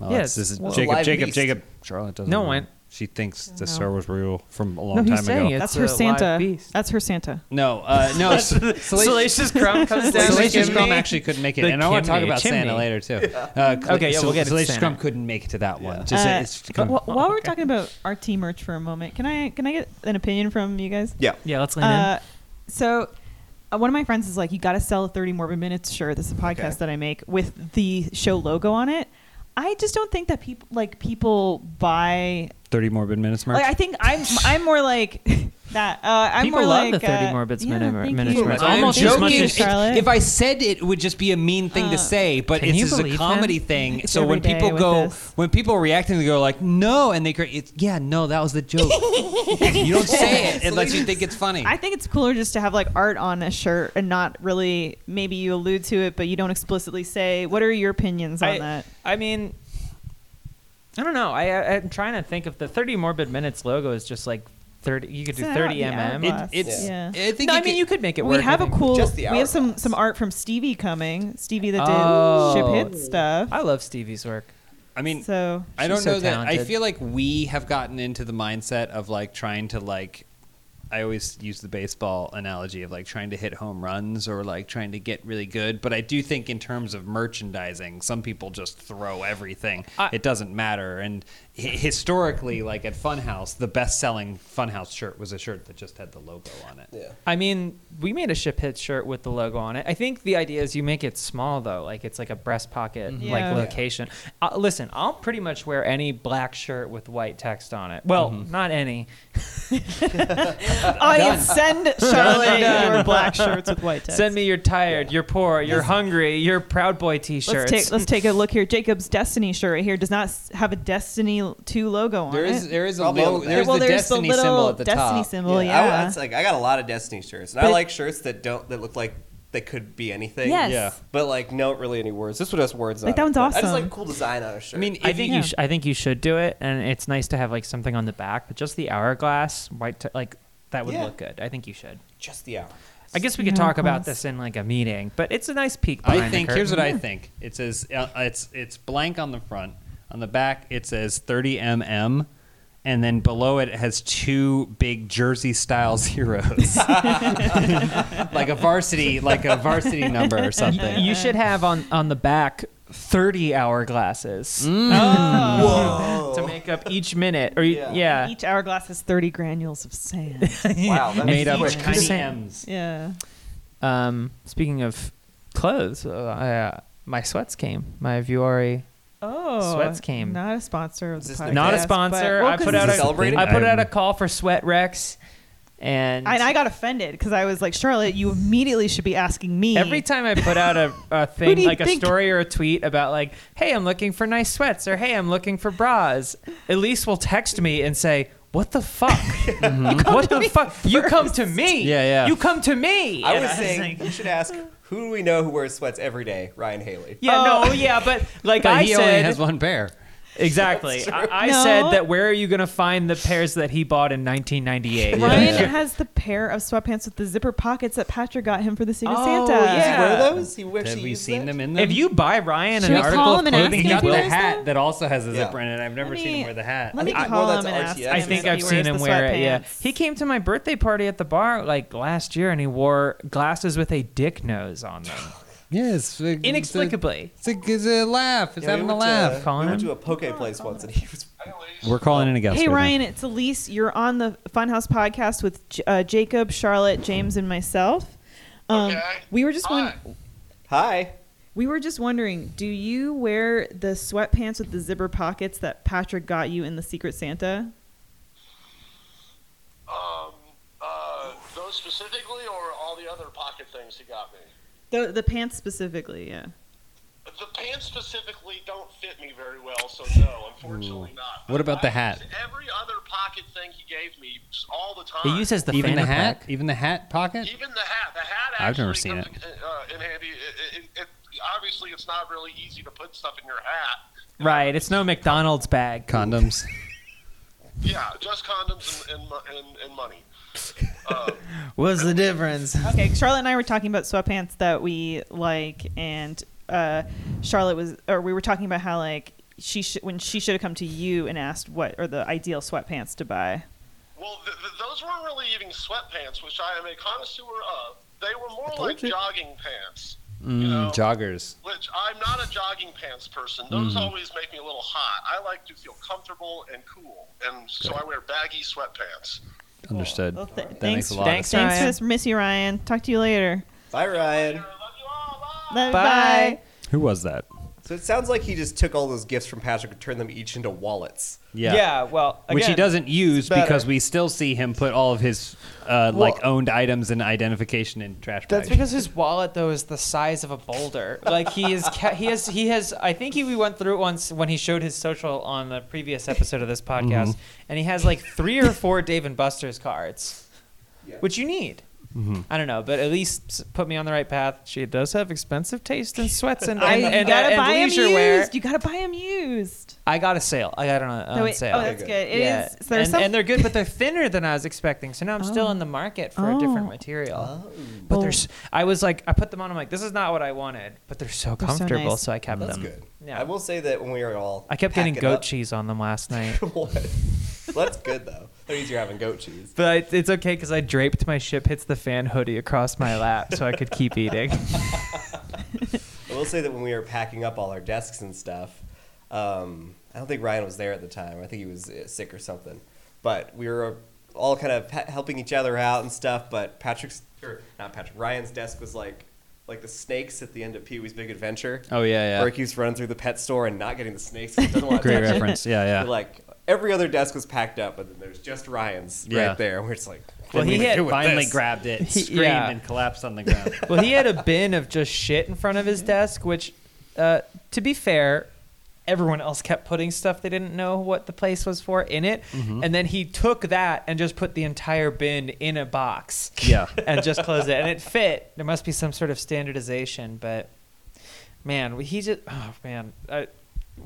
A: Oh,
C: Yeah,
A: it's- this is
C: well-
A: Jacob,
D: Live
A: Jacob,
D: beast.
A: Jacob. Charlotte doesn't.
C: No
A: know.
C: one-
A: She thinks the
B: No.
A: Star Wars rule from a long
C: No, he's
A: time
C: saying
A: ago.
C: it.
B: That's
C: It's
B: her
C: a live
B: Santa.
C: beast.
B: That's her Santa.
A: No, uh,
C: [LAUGHS]
A: no. s- Salacious
C: Salacious [LAUGHS] Crumb comes down. the
A: Salacious Crumb
C: chimney.
A: actually couldn't make it,
C: The
A: and I want to talk
C: chimney,
A: about Santa
C: chimney.
A: later too. Uh,
C: Okay, yeah,
A: Sal-
C: we'll get to
A: Salacious
C: Santa.
A: Crumb couldn't make it to that one. Just,
B: Uh,
A: it's
B: but wh- while we're talking about our tea merch for a moment, can I can I get an opinion from you guys?
D: Yeah.
C: Yeah, let's lean
B: Uh, so uh, one of my friends is like, you got to sell a 30 Morbid Minutes shirt. This is a podcast
D: Okay.
B: that I make with the show logo on it. I just don't think that people like people buy.
A: thirty morbid minutes, Mark.
B: Like, I think I'm I'm more like [LAUGHS] that. Uh, I'm
C: People
B: more
C: love the
B: like
C: 30
B: uh,
C: Morbid
B: yeah,
C: Minute-
B: thank
C: Minutes
B: you.
C: merch.
B: I'm
C: Almost
B: joking,
C: as much as-
B: Charlotte.
A: if I said it, it would just be a mean thing
B: Uh,
A: to say, but
C: Can
A: it's
C: you
A: just a
C: believe
A: comedy
C: him?
A: thing.
B: It's
A: so when
B: every day
A: people
B: with
A: go,
B: this.
A: when people react and they go like, "No," and they go, it's, "Yeah, no, that was the
B: [LAUGHS]
A: joke." you don't say it unless you think it's funny.
B: I think it's cooler just to have like art on a shirt and not really maybe you allude to it, but you don't explicitly say. What are your opinions on
C: I,
B: that?
C: I mean, I don't know. I, I I'm trying to think if the 30 morbid minutes logo is just like 30. You could do
B: It's an
C: 30
B: hour-
C: mm.
B: yeah,
A: It- it's.
B: Yeah.
A: I think.
C: no, I
A: it
C: mean
A: could-
C: you could make it work.
B: we have
C: a
B: a cool.
D: Just the
B: we have some
D: hourglass.
B: some art from Stevie coming. Stevie that did
C: Oh.
B: ship hit stuff.
C: I love Stevie's work.
A: I mean,
B: so
A: I don't
C: She's so
A: know that. I
C: talented.
A: feel like we have gotten into the mindset of like trying to like. I always use the baseball analogy of like trying to hit home runs or like trying to get really good, but I do think in terms of merchandising, some people just throw everything.
C: I-
A: it doesn't matter. And hi- historically, like at Funhouse, the best-selling Funhouse shirt was a shirt that just had the logo on it.
D: Yeah.
C: I mean, we made a ship hit shirt with the logo on it. I think the idea is you make it small though, like it's like a breast pocket
B: Mm-hmm. Yeah.
C: like
B: Yeah.
C: location. Uh, listen, I'll pretty much wear any black shirt with white text on it. Well, not any.
B: audience send Charlotte
C: Uh, [LAUGHS] Done.
B: your black shirts
C: [LAUGHS]
B: with white text.
C: Send me you're tired, you're poor, you're hungry, you're proud boy
B: Let's
C: t-shirts.
B: take let's take a
C: [LAUGHS]
B: look here. Jacob's Destiny shirt right here does not s- have a Destiny two logo on
A: There
B: it.
A: is there is a
D: Problem
A: logo,
D: with that.
A: there's
B: well,
A: the
B: there's
A: Destiny
B: the little
A: symbol at the
B: Destiny
A: top.
B: symbol.
D: I-
B: Yeah.
D: it's like I got a lot of Destiny shirts, and
B: But
D: I
B: it-
D: like shirts that don't that look like they could be anything.
B: Yes.
A: Yeah.
D: But like, no, really any words. This one has words.
B: Like,
D: on
B: that
D: it,
B: one's
D: but I just
B: awesome.
D: like cool design on a shirt.
A: I mean,
C: I
A: if
C: think
A: you-
B: Yeah.
C: you sh- I think you should do it, and it's nice to have like something on the back, but just the hourglass white t- like that would
D: Yeah.
C: look good. I think you should.
D: just
A: [LAUGHS]
D: the hour.
C: I guess we
B: The
C: could talk about
B: hourglass.
C: this in like a meeting, but it's a nice peek.
A: I
C: behind the
A: think here's what
C: curtain.
A: I think. It says uh, it's it's blank on the front. On the back it says 30 mm, and then below it has two big Jersey [LAUGHS] Styles heroes, like a varsity like a varsity number or something.
C: you should have on on the back 30 hour glasses
A: Mm.
B: [LAUGHS]
C: to make up each minute or
D: Yeah.
C: yeah, yeah.
B: Each hourglass has thirty granules
C: [LAUGHS]
B: of sand.
D: Wow, that's
A: made up
D: quick.
A: of tiny
C: Sam.
A: m's.
B: yeah.
C: um speaking of clothes uh, I, uh, my sweats came my Vuori
B: Oh,
C: Sweats came.
B: Not a sponsor of
D: Is
B: the
D: this
B: podcast.
D: new-
C: not a
D: Yes,
C: sponsor
B: but- well,
C: I
B: 'cause
C: put out
D: this
C: a
D: is celebrated?
C: I put out a
A: I'm-
C: call for sweat rex and
B: And I got offended because I was like, Charlotte, you immediately should be asking me.
C: Every time I put out a, [LAUGHS] a
B: Who do
C: thing,
B: you
C: like a
B: think-
C: story or a tweet about, like, hey, I'm looking for nice sweats or hey, I'm looking for bras, Elise will text me and say, what the [LAUGHS] fuck? Mm-hmm. What the fuck? You come to me.
A: Yeah, yeah.
C: You come to me.
D: I
C: And
D: was
C: like-
D: saying you should ask who do we know who wears sweats every day? Ryan Haley.
C: yeah,
B: Oh.
C: no, yeah, but like
A: But
C: I
A: he
C: said,
A: only has one pair.
C: exactly. I, I
B: No.
C: said that where are you going to find the pairs that he bought in 1998?
B: Ryan
A: Yeah.
B: has the pair of sweatpants with the zipper pockets that Patrick got him for the Secret
C: Oh,
B: Santa.
D: Does
C: yeah.
D: he wear those? He wears.
A: Have
D: he
A: we
D: uses
A: seen
D: that?
A: them in them?
C: If you buy Ryan
B: Should
C: an
B: we
C: article
B: call
C: of
B: him and ask
C: clothing,
A: he
B: him
C: he
B: if
A: got
B: he
A: the
C: will
B: wears
A: hat
B: them?
A: that also has a
D: Yeah.
A: zipper in it. I've never
B: Let
A: seen
B: me-
A: him wear the hat.
B: Let me
D: I think I
B: call
D: wore that
B: him
D: to
B: and ask
D: RTS.
B: him
C: I
D: Yeah,
C: think
B: if
C: I've
B: he
C: seen
B: wears
C: him
B: the
C: wear it. Yeah,
B: sweatpants.
C: he came to my birthday party at the bar like last year, and he wore glasses with a dick nose on them,
A: Yes,
C: [LAUGHS]
A: uh,
C: inexplicably.
A: It's a, it's a laugh. It's
D: Yeah, we
A: having a
D: went to-
A: laugh.
C: Calling
D: We went
C: him?
D: to a poke place once, and he was.
A: We're calling in a guest.
B: Hey
A: right now.
B: Ryan, it's Elise. You're on the Funhouse podcast with J- uh, Jacob, Charlotte, James, and myself. Um,
E: Okay.
B: We were just won-
E: Hi.
D: Hi.
B: we were just wondering, do you wear the sweatpants with the zipper pockets that Patrick got you in the Secret Santa?
E: Um, uh, those specifically, or all the other pocket things he got me?
B: The the pants specifically, yeah.
E: the pants specifically don't fit me very well, so no, unfortunately not.
A: What about the
E: I
A: hat?
E: use Every other pocket thing he gave me all the time.
C: He uses the
A: even the
C: fan
A: hat,
C: pack.
A: even the hat pocket.
E: Even the hat. The hat. Actually
A: I've never seen
E: comes in- Uh, in handy. It, it, it, obviously, it's not really easy to put stuff in your hat.
C: Right, it's no McDonald's bag.
A: Condoms.
E: Yeah, just condoms and and, mo- and, and money.
C: What's the difference?
B: Okay, Charlotte and I were talking about sweatpants that we like, and uh, Charlotte was, or we were talking about how like she sh- when she should have come to you and asked what are the ideal sweatpants to buy.
E: Well, th- th- those weren't really even sweatpants, which I am a connoisseur of. They were more like jogging pants. you know,
A: joggers.
E: which I'm not a jogging pants person. Those always make me a little hot. I like to feel comfortable and cool, and so I wear baggy sweatpants.
A: Understood.
B: Well, th-
A: that makes
B: thanks-
A: a lot
C: thanks,
A: of sense.
B: Thanks for
C: Ryan.
B: this, Missy Ryan. Talk to you later.
D: Bye, Ryan.
B: Bye.
C: Bye.
A: Who was that?
D: So it sounds like he just took all those gifts from Patrick and turned them each into wallets.
A: Yeah.
C: well, again,
A: Which he doesn't use
C: better.
A: because we still see him put all of his uh, like
D: Well-
A: owned items and identification in trash
C: That's
A: bags.
C: because his wallet though is the size of a boulder. Like he is, ca- he has, he has. I think he we went through it once when he showed his social on the previous episode of this podcast, and he has like three or four Dave and Buster's cards, which you need. I don't know, but at least s- put me on the right path. She does have expensive taste in sweats [LAUGHS] and,
B: I,
C: and,
B: you
C: and,
B: gotta
C: and
B: buy 'em
C: leisure
B: used.
C: wear.
B: You gotta buy them used.
C: I got a sale. I got it on, on
B: oh, wait.
C: sale.
B: oh, that's
D: Okay,
B: good.
D: good.
B: It is.
C: yeah.
B: so there's
C: and,
B: some,
C: and they're good, but they're thinner than I was expecting. So now I'm still
B: Oh.
C: in the market for a
B: Oh.
C: different material. But there's, I was like, I put them on. I'm like, this is not what I wanted, but they're so
B: so
C: comfortable, so,
B: nice.
C: I kept
D: That's
C: them.
D: good.
C: Yeah.
D: I will say that when we were all,
C: I kept getting
D: packing
C: goat
D: up-
C: cheese on them last night,
D: [LAUGHS] What? That's good though. That means you're having goat
C: [LAUGHS]
D: cheese.
C: but I, it's okay because I draped my ship hits the fan hoodie across my lap, so I could keep
D: [LAUGHS]
C: eating.
D: I will say that when we were packing up all our desks and stuff, um, I don't think Ryan was there at the time. I think he was uh, sick or something. But we were all kind of pa- helping each other out and stuff. But Patrick's, or not Patrick, Ryan's desk was like, like the snakes at the end of Pee Wee's Big Adventure.
A: oh yeah,
D: Where
A: yeah.
D: he keeps running through the pet store and not getting the snakes. 'cause
C: [LAUGHS]
D: He doesn't want to
A: Great
D: touch it.
A: reference. Yeah,
D: [LAUGHS]
A: yeah.
D: But, Like every other desk was packed up, but then there's just Ryan's
A: Yeah.
D: right there. And we're just like,
C: Well,
D: what do
C: he
D: we
C: had-
D: do with
A: Finally
D: this?
A: grabbed it,
C: He-
A: screamed,
C: yeah.
A: and collapsed on the ground.
C: well, he had a bin of just shit in front of his desk, which, uh, to be fair, everyone else kept putting stuff they didn't know what the place was for in it. And then he took that and just put the entire bin in a box
A: yeah.
C: [LAUGHS] and just closed it. And it fit. There must be some sort of standardization, but man, he just, oh man. I,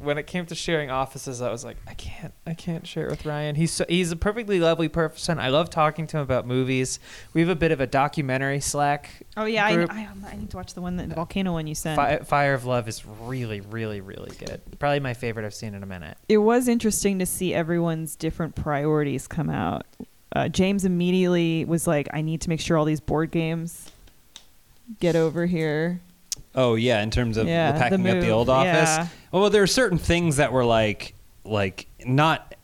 C: when it came to sharing offices, I was like, I can't, I can't share it with Ryan. He's so, he's a perfectly lovely person. I love talking to him about movies. We have a bit of a documentary slack
B: oh yeah, I,
C: group.
B: I, I need to watch the one that the volcano one you sent.
C: Fire, Fire of Love is really, really, really good. Probably my favorite I've seen in a minute.
B: it was interesting to see everyone's different priorities come out. Uh, James immediately was like, "I need to make sure all these board games get over here."
A: [LAUGHS] Oh yeah, in terms of
B: Yeah,
A: the
B: the
A: packing up the
B: move,
A: old office.
B: yeah.
A: Well, there are certain things that were like, like not.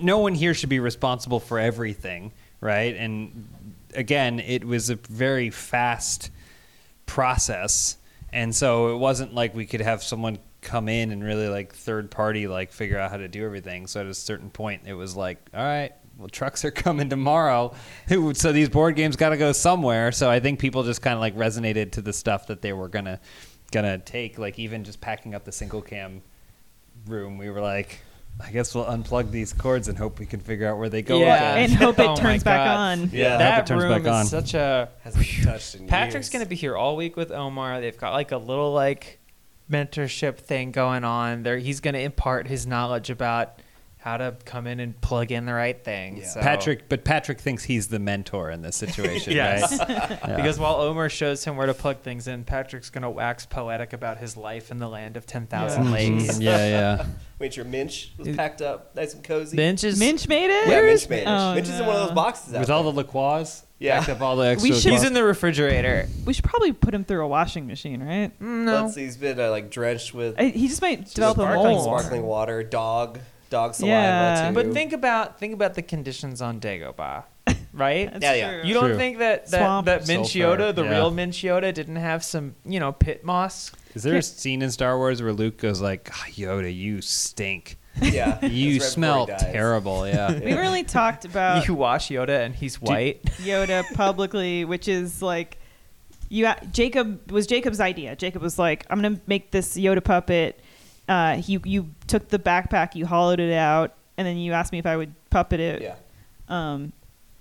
A: No one here should be responsible for everything, right? And again, it was a very fast process, and so it wasn't like we could have someone come in and really like third party like figure out how to do everything. So at a certain point, it was like, all right. Well, trucks are [LAUGHS] coming tomorrow, so these board games got to go somewhere. So I think people just kind of like resonated to the stuff that they were gonna gonna take. Like even just packing up the single cam room, we were like, I guess we'll unplug these cords and hope we can figure out where they go.
C: Yeah.
A: again.
B: And hope it
C: Oh my
B: turns back
C: God.
B: on.
D: Yeah.
A: I hope
C: that
A: it turns
C: room
A: back
C: is
A: on.
C: such a.
D: Hasn't been touched in
C: Patrick's
D: years.
C: gonna be here all week with Omar. They've got like a little like mentorship thing going on. There, he's gonna impart his knowledge about how to come in and plug in the right thing.
D: Yeah.
C: so-
A: Patrick, but Patrick thinks he's the mentor in this situation,
C: Yes.
A: right? Yeah.
C: Because while Omar shows him where to plug things in, Patrick's gonna wax poetic about his life in the land of ten thousand
B: Yeah.
A: [LAUGHS]
C: lakes.
A: Mm, yeah, yeah.
D: Wait, your Minch was
C: Is-
D: packed up, nice and cozy.
C: Minch is
B: Minch made it.
D: Yeah, Minch made it.
B: Oh,
D: Minch is in one of
B: no.
D: those boxes. out
A: With all the liqueurs,
D: Yeah.
A: packed up all the extra.
B: We should-
C: He's in the refrigerator.
B: We should probably put him through a washing machine, right?
C: Mm,
D: there.
C: No.
D: Let's see, he's been uh, like drenched with
B: I, he just might develop a
D: sparkling,
B: mold.
D: sparkling water, dog, dog saliva.
B: Yeah.
D: too.
C: But think about think about the conditions on Dagobah, [LAUGHS] right?
B: That's
D: Yeah, yeah.
B: true.
C: you don't
A: True.
C: think that that,
B: Swamp.
C: that
A: Sulfur,
C: Minciota, the
A: yeah.
C: real Minciota, didn't have some you know pit moss?
A: Is there a scene in Star Wars where Luke goes like, "Ah, "Yoda, you stink.
D: yeah, that's right
A: You
D: before he
A: smell
D: dies.
A: terrible." Yeah.
B: we really talked about
C: you wash Yoda and he's white.
B: Yoda publicly, which is like you a- Jacob was Jacob's idea. Jacob was like, "I'm gonna make this Yoda puppet." Uh, you you took the backpack, you hollowed it out, and then you asked me if I would puppet it.
D: Yeah.
B: Um,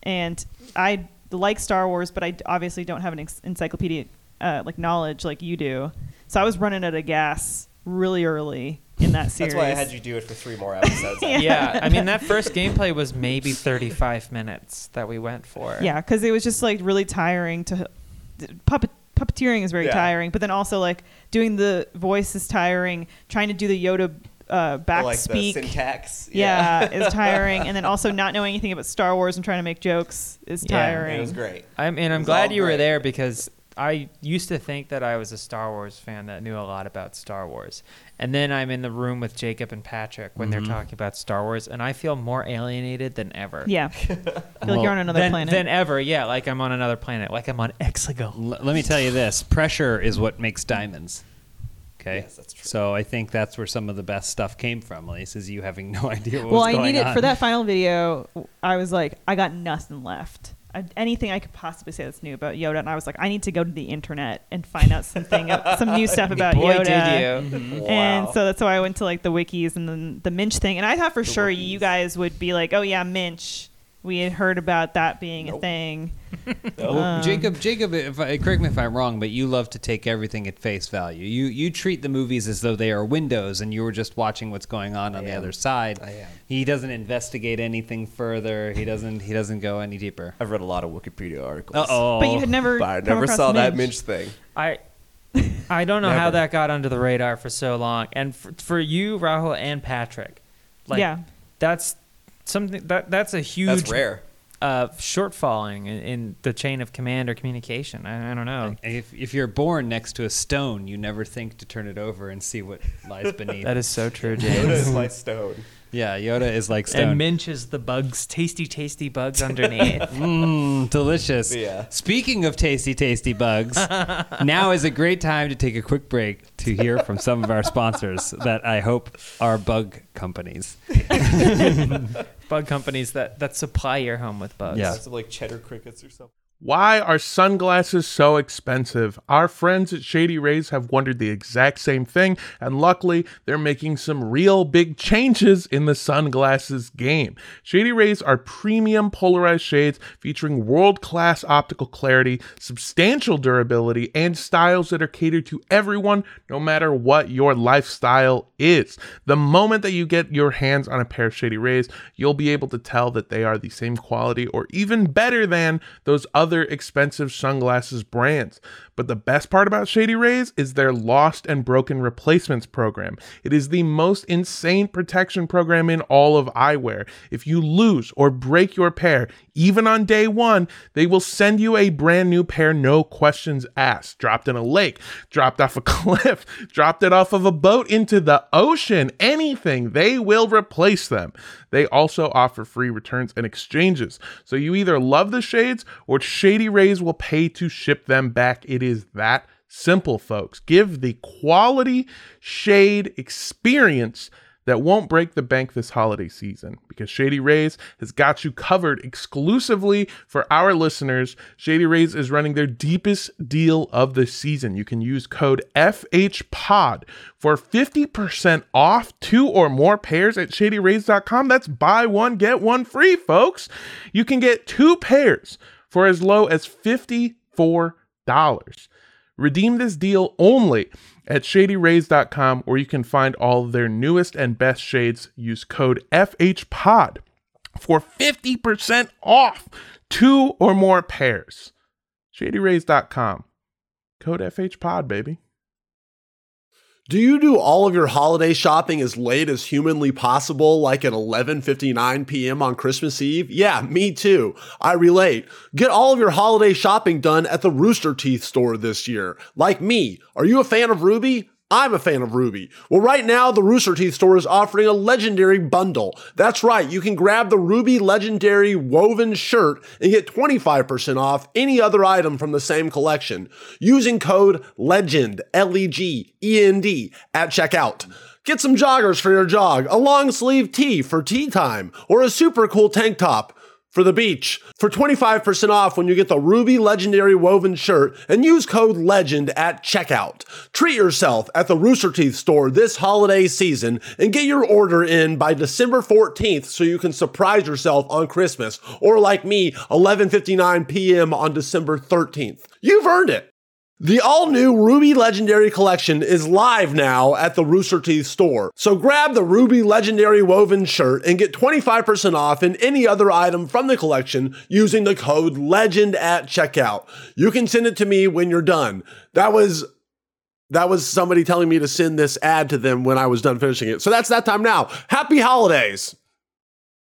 B: and I like Star Wars, but I d- obviously don't have an ex- encyclopedia uh, like knowledge like you do. So I was running out of gas really early in that series.
D: That's why I had you do it for three more
B: [LAUGHS]
D: episodes.
B: Yeah.
C: yeah, I mean that first gameplay was maybe 35 minutes that we went for.
B: Yeah, because it was just like really tiring to puppet puppeteering is very
D: Yeah.
B: tiring, but then also like doing the voice is tiring. Trying to do the Yoda uh, back
D: like
B: speak,
D: the syntax. [LAUGHS]
B: yeah, is tiring, and then also not knowing anything about Star Wars and trying to make jokes is
C: Yeah.
B: tiring.
D: It was great.
C: I'm, and I'm
D: was
C: glad
D: all
C: you were
D: great.
C: there because I used to think that I was a Star Wars fan that knew a lot about Star Wars. And then I'm in the room with Jacob and Patrick when
B: Mm-hmm.
C: they're talking about Star Wars, and I feel more alienated than ever.
B: Yeah, feel like
A: Well,
B: you're on another
C: than,
B: planet.
C: than ever. Yeah, like I'm on another planet, like I'm on Exego.
A: L- let me tell you this pressure is what makes diamonds. Okay.
D: Yes, that's true.
A: So I think that's where some of the best stuff came from, Lace, is you having no [LAUGHS] idea what
B: well,
A: was
B: I
A: going
B: needed
A: on.
B: for
A: [LAUGHS]
B: that final video. I was like, I got nothing left. I, anything I could possibly say that's new about Yoda, and I was like, I need to go to the internet and find out something, some new stuff about
C: Boy,
B: Yoda.
C: did you.
B: And
D: Wow.
B: so that's why I went to like the wikis and then the Minch thing. And I thought for sure you guys would be like, oh yeah, Minch. We had heard about that being a
D: Nope.
B: thing.
A: Well, Oh, Jacob, Jacob, if I, correct me if I'm wrong, but you love to take everything at face value. You you treat the movies as though they are windows, and you were just watching what's going on on the other side.
D: I am.
A: He doesn't investigate anything further. He doesn't. He doesn't go any deeper.
D: I've read a lot of Wikipedia articles.
A: Uh oh.
B: But you had never.
D: But I
B: come
D: never
B: across
D: saw that
B: Minch.
D: Minch thing.
B: [LAUGHS]
C: I I don't know how
D: Never.
C: that got under the radar for so long. And for, for you, Rahul and Patrick, like
B: Yeah.
C: that's something that that's a huge
D: That's rare.
C: uh, shortfalling in, in the chain of command or communication. I, I don't know.
A: If, if you're born next to a stone, you never think to turn it over and see what lies beneath.
C: [LAUGHS] That is so
D: [LAUGHS]
C: true,
D: Yoda
C: James.
D: is like stone.
A: yeah, Yoda is like stone.
C: and Minch is the bugs, tasty, tasty
D: [LAUGHS]
C: bugs underneath.
A: Mmm, delicious.
D: Yeah.
A: Speaking of tasty, tasty
C: [LAUGHS]
A: bugs, now is a great time to take a quick break to hear from some of our sponsors that I hope are bug companies.
C: Bug companies that, that supply your home with bugs.
A: Yeah.
D: Lots of like cheddar crickets or something.
F: Why are sunglasses so expensive? Our friends at Shady Rays have wondered the exact same thing, and luckily, they're making some real big changes in the sunglasses game. Shady Rays are premium polarized shades featuring world class optical clarity, substantial durability, and styles that are catered to everyone, no matter what your lifestyle is. The moment that you get your hands on a pair of Shady Rays, you'll be able to tell that they are the same quality or even better than those other expensive sunglasses brands. But the best part about Shady Rays is their lost and broken replacements program. It is the most insane protection program in all of eyewear. If you lose or break your pair, even on day one, they will send you a brand new pair, no questions asked. Dropped in a lake, dropped off a [LAUGHS] cliff, dropped it off of a boat into the ocean, anything, they will replace them. They also offer free returns and exchanges. So you either love the shades or Shady Rays will pay to ship them back. It is that simple, folks. Give the quality shade experience that won't break the bank this holiday season because Shady Rays has got you covered exclusively for our listeners. Shady Rays is running their deepest deal of the season. You can use code FHPOD for 50% off two or more pairs at shadyrays.com. That's buy one, get one free, folks. You can get two pairs for as low as $54. Redeem this deal only at shadyrays.com where you can find all their newest and best shades. Use code FHPOD for 50% off two or more pairs. shadyrays.com. Code FHPOD, baby.
G: Do you do all of your holiday shopping as late as humanly possible, like at 11:59 p.m. on Christmas Eve? Yeah, me too. I relate. Get all of your holiday shopping done at the Rooster Teeth store this year. Like me, are you a fan of Ruby? I'm a fan of Ruby. Well, right now, the Rooster Teeth store is offering a legendary bundle. That's right, you can grab the Ruby Legendary Woven Shirt and get 25% off any other item from the same collection using code LEGEND, L E G E N D, at checkout. Get some joggers for your jog, a long sleeve tee for tea time, or a super cool tank top. for the beach for 25% off when you get the Ruby Legendary Woven shirt and use code LEGEND at checkout. Treat yourself at the Rooster Teeth store this holiday season and get your order in by December 14th so you can surprise yourself on Christmas or like me 11:59 p.m. on December 13th. You've earned it. The all new Ruby Legendary Collection is live now at the Rooster Teeth store. So grab the Ruby Legendary Woven shirt and get 25% off in any other item from the collection using the code LEGEND at checkout. You can send it to me when you're done. That was that was somebody telling me to send this ad to them when I was done finishing it. So that's that time now. Happy holidays.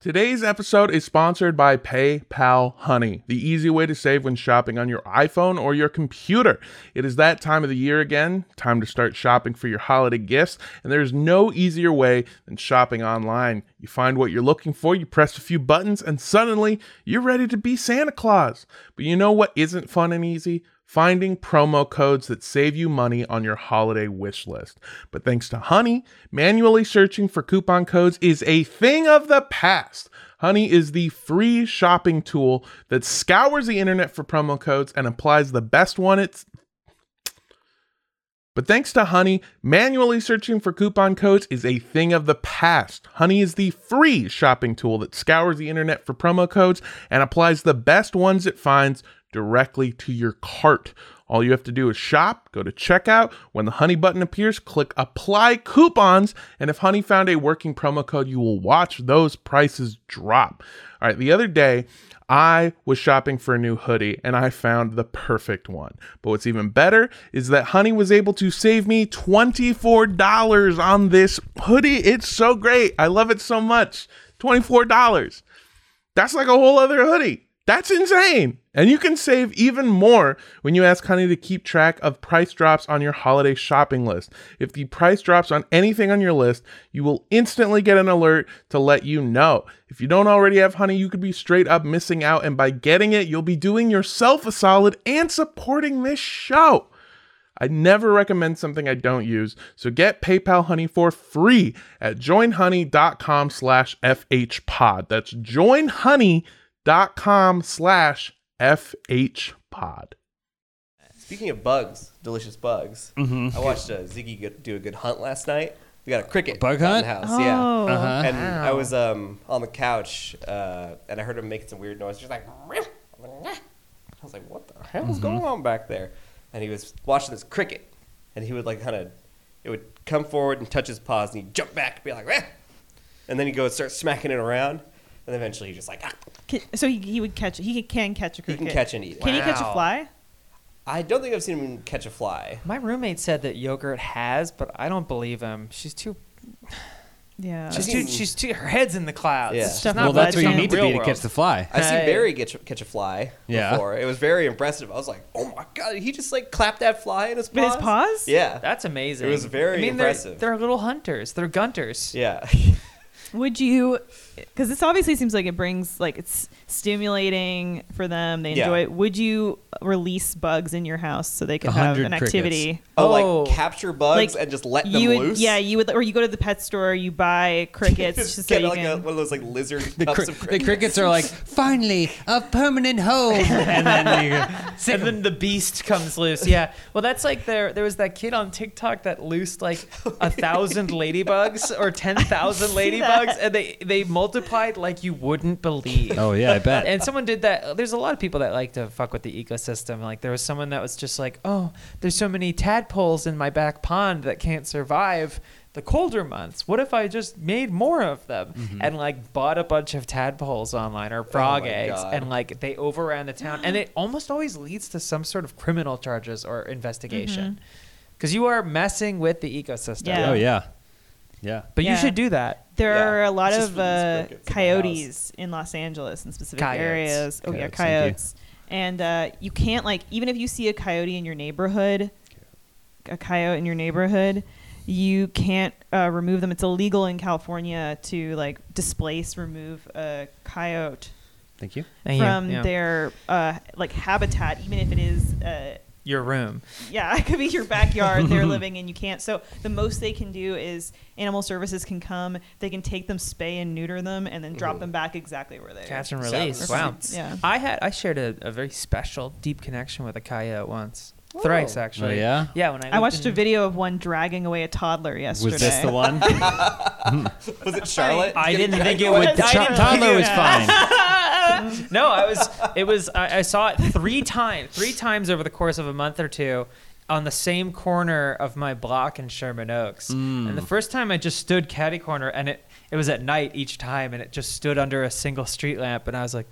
F: Today's episode is sponsored by PayPal Honey, the easy way to save when shopping on your iPhone or your computer. It is that time of the year again, time to start shopping for your holiday gifts, and there's no easier way than shopping online. You find what you're looking for, you press a few buttons, and suddenly you're ready to be Santa Claus. But you know what isn't fun and easy? finding promo codes that save you money on your holiday wish list. But thanks to Honey, manually searching for coupon codes is a thing of the past. Honey is the free shopping tool that scours the internet for promo codes and applies the best one it's but thanks to Honey, manually searching for coupon codes is a thing of the past. Honey is the free shopping tool that scours the internet for promo codes and applies the best ones it finds directly to your cart. All you have to do is shop, go to checkout. When the Honey button appears, click Apply Coupons. And if Honey found a working promo code, you will watch those prices drop. All right, the other day, I was shopping for a new hoodie and I found the perfect one. But what's even better is that Honey was able to save me $24 on this hoodie. It's so great. I love it so much. $24. That's like a whole other hoodie. That's insane. And you can save even more when you ask Honey to keep track of price drops on your holiday shopping list. If the price drops on anything on your list, you will instantly get an alert to let you know. If you don't already have Honey, you could be straight up missing out. And by getting it, you'll be doing yourself a solid and supporting this show. I never recommend something I don't use, so get PayPal Honey for free at joinhoney.com slash fhpod. That's joinhoney.com slash fhpod.
D: Speaking of bugs, delicious bugs.
A: Mm-hmm.
D: I watched uh, Ziggy go- do a good hunt last night. We got a cricket
A: bug
D: out
A: hunt?
D: in the house.
B: Oh.
D: Yeah,
A: Uh-huh.
D: and I was um, on the couch uh, and I heard him making some weird noise. Just like, "Meow." I was like, what the hell's going
A: Mm-hmm.
D: on back there? And he was watching this cricket, and he would like kind of, it would come forward and touch his paws, and he'd jump back and be like, "Meow." and then he'd go and start smacking it around, and eventually he just like, "Ah."
B: Ca- So he, he would catch. He can catch a
D: he
B: cricket.
D: can catch and eat. it.
B: Can he catch a
C: Wow.
B: fly?
D: I don't think I've seen him catch a fly.
C: My roommate said that yogurt has, but I don't believe him. She's too.
B: Yeah.
C: She's too. She's too. Her head's in the clouds.
D: Yeah.
C: She's
B: Stuff
C: not
B: Well,
A: well, that's what
C: legend.
A: you
B: in
A: need to
C: Real
A: be to
C: world.
A: catch the fly.
D: I've seen
C: Hey.
D: Barry catch, catch a fly
A: Yeah.
D: before. It was very impressive. I was like, oh my God, he just like clapped that fly in his
B: With
D: paws?
B: his paws?
D: Yeah.
C: That's amazing.
D: It was very
C: I mean,
D: impressive.
C: They're, they're little hunters. They're [LAUGHS] gunters.
D: yeah. [LAUGHS]
B: Would you? Because this obviously seems like it brings like it's stimulating for them. They
D: Yeah.
B: enjoy it. Would you release bugs in your house so they could
A: A
B: have
A: hundred
B: an
A: crickets.
B: activity?
D: oh,
C: Oh.
D: like capture bugs
B: Like,
D: and just let them
B: You would,
D: loose?
B: yeah, you would, or you go to the pet store, you
D: [LAUGHS]
B: buy crickets
D: Just
B: just so
D: get
B: you
D: like a,
B: can.
D: one of those like lizard
A: [LAUGHS] The,
D: cups
A: cri-
D: of
A: the
D: crickets.
A: crickets are like, finally, a permanent home.
C: [LAUGHS]
A: And then you go, "Sick
C: And then the beast comes loose. Yeah. Well, that's like there. There was that kid on TikTok that loosed [LAUGHS] like a thousand ladybugs or ten [LAUGHS] thousand
B: see
C: ladybugs,
B: that.
C: and they they multiplied like you wouldn't believe.
A: Oh yeah, I bet.
C: And someone did that. There's a lot of people that like to fuck with the ecosystem. Like there was someone that was just like, "Oh, there's so many tadpoles in my back pond that can't survive the colder months. What if I just made more of them?" And like bought a bunch of tadpoles online or frog
D: my
C: eggs,
D: God.
C: and like they overran the town. and it almost always leads to some sort of criminal charges or investigation because you are messing with the ecosystem.
B: Mm-hmm. Yeah.
A: oh yeah, yeah.
C: But you
B: Yeah.
C: should do that.
B: There
D: Yeah.
B: are a lot
D: It's just
B: of
D: with these
B: uh,
D: crickets in my house.
B: coyotes in Los Angeles in specific
C: Coyotes.
B: areas. Oh yeah,
A: Coyotes, thank you.
B: coyotes. And uh, you can't like even if you see a coyote in your neighborhood, a coyote in your neighborhood, you can't uh, remove them. It's illegal in California to like displace, remove a coyote
A: Thank you.
C: Thank you.
B: from
C: Yeah.
B: their uh, like habitat, even if it is uh,
C: your room.
B: yeah, [LAUGHS] it could be your backyard they're living in. You can't. So the most they can do is animal services can come. They can take them, spay and neuter them, and then drop them back exactly where they
C: Catch
B: are.
C: and release.
B: Or
C: Wow.
B: something. Yeah.
C: I had I shared a, a very special, deep connection with a coyote once. Thrice actually.
A: Oh, yeah?
C: Yeah. When I,
B: I
C: lived
B: watched
C: in-
B: a video of one dragging away a toddler yesterday.
A: Was this the
C: [LAUGHS]
A: one?
D: Was it Charlotte?
C: I didn't think it
A: With
C: would.
A: the
C: I
A: cho-
C: didn't-
A: toddler was fine.
C: [LAUGHS] no, I was. It was. I, I saw it three times. Three times over the course of a month or two, on the same corner of my block in Sherman Oaks. And the first time, I just stood catty corner, and it it was at night each time, and it just stood under a single street lamp, and I was like.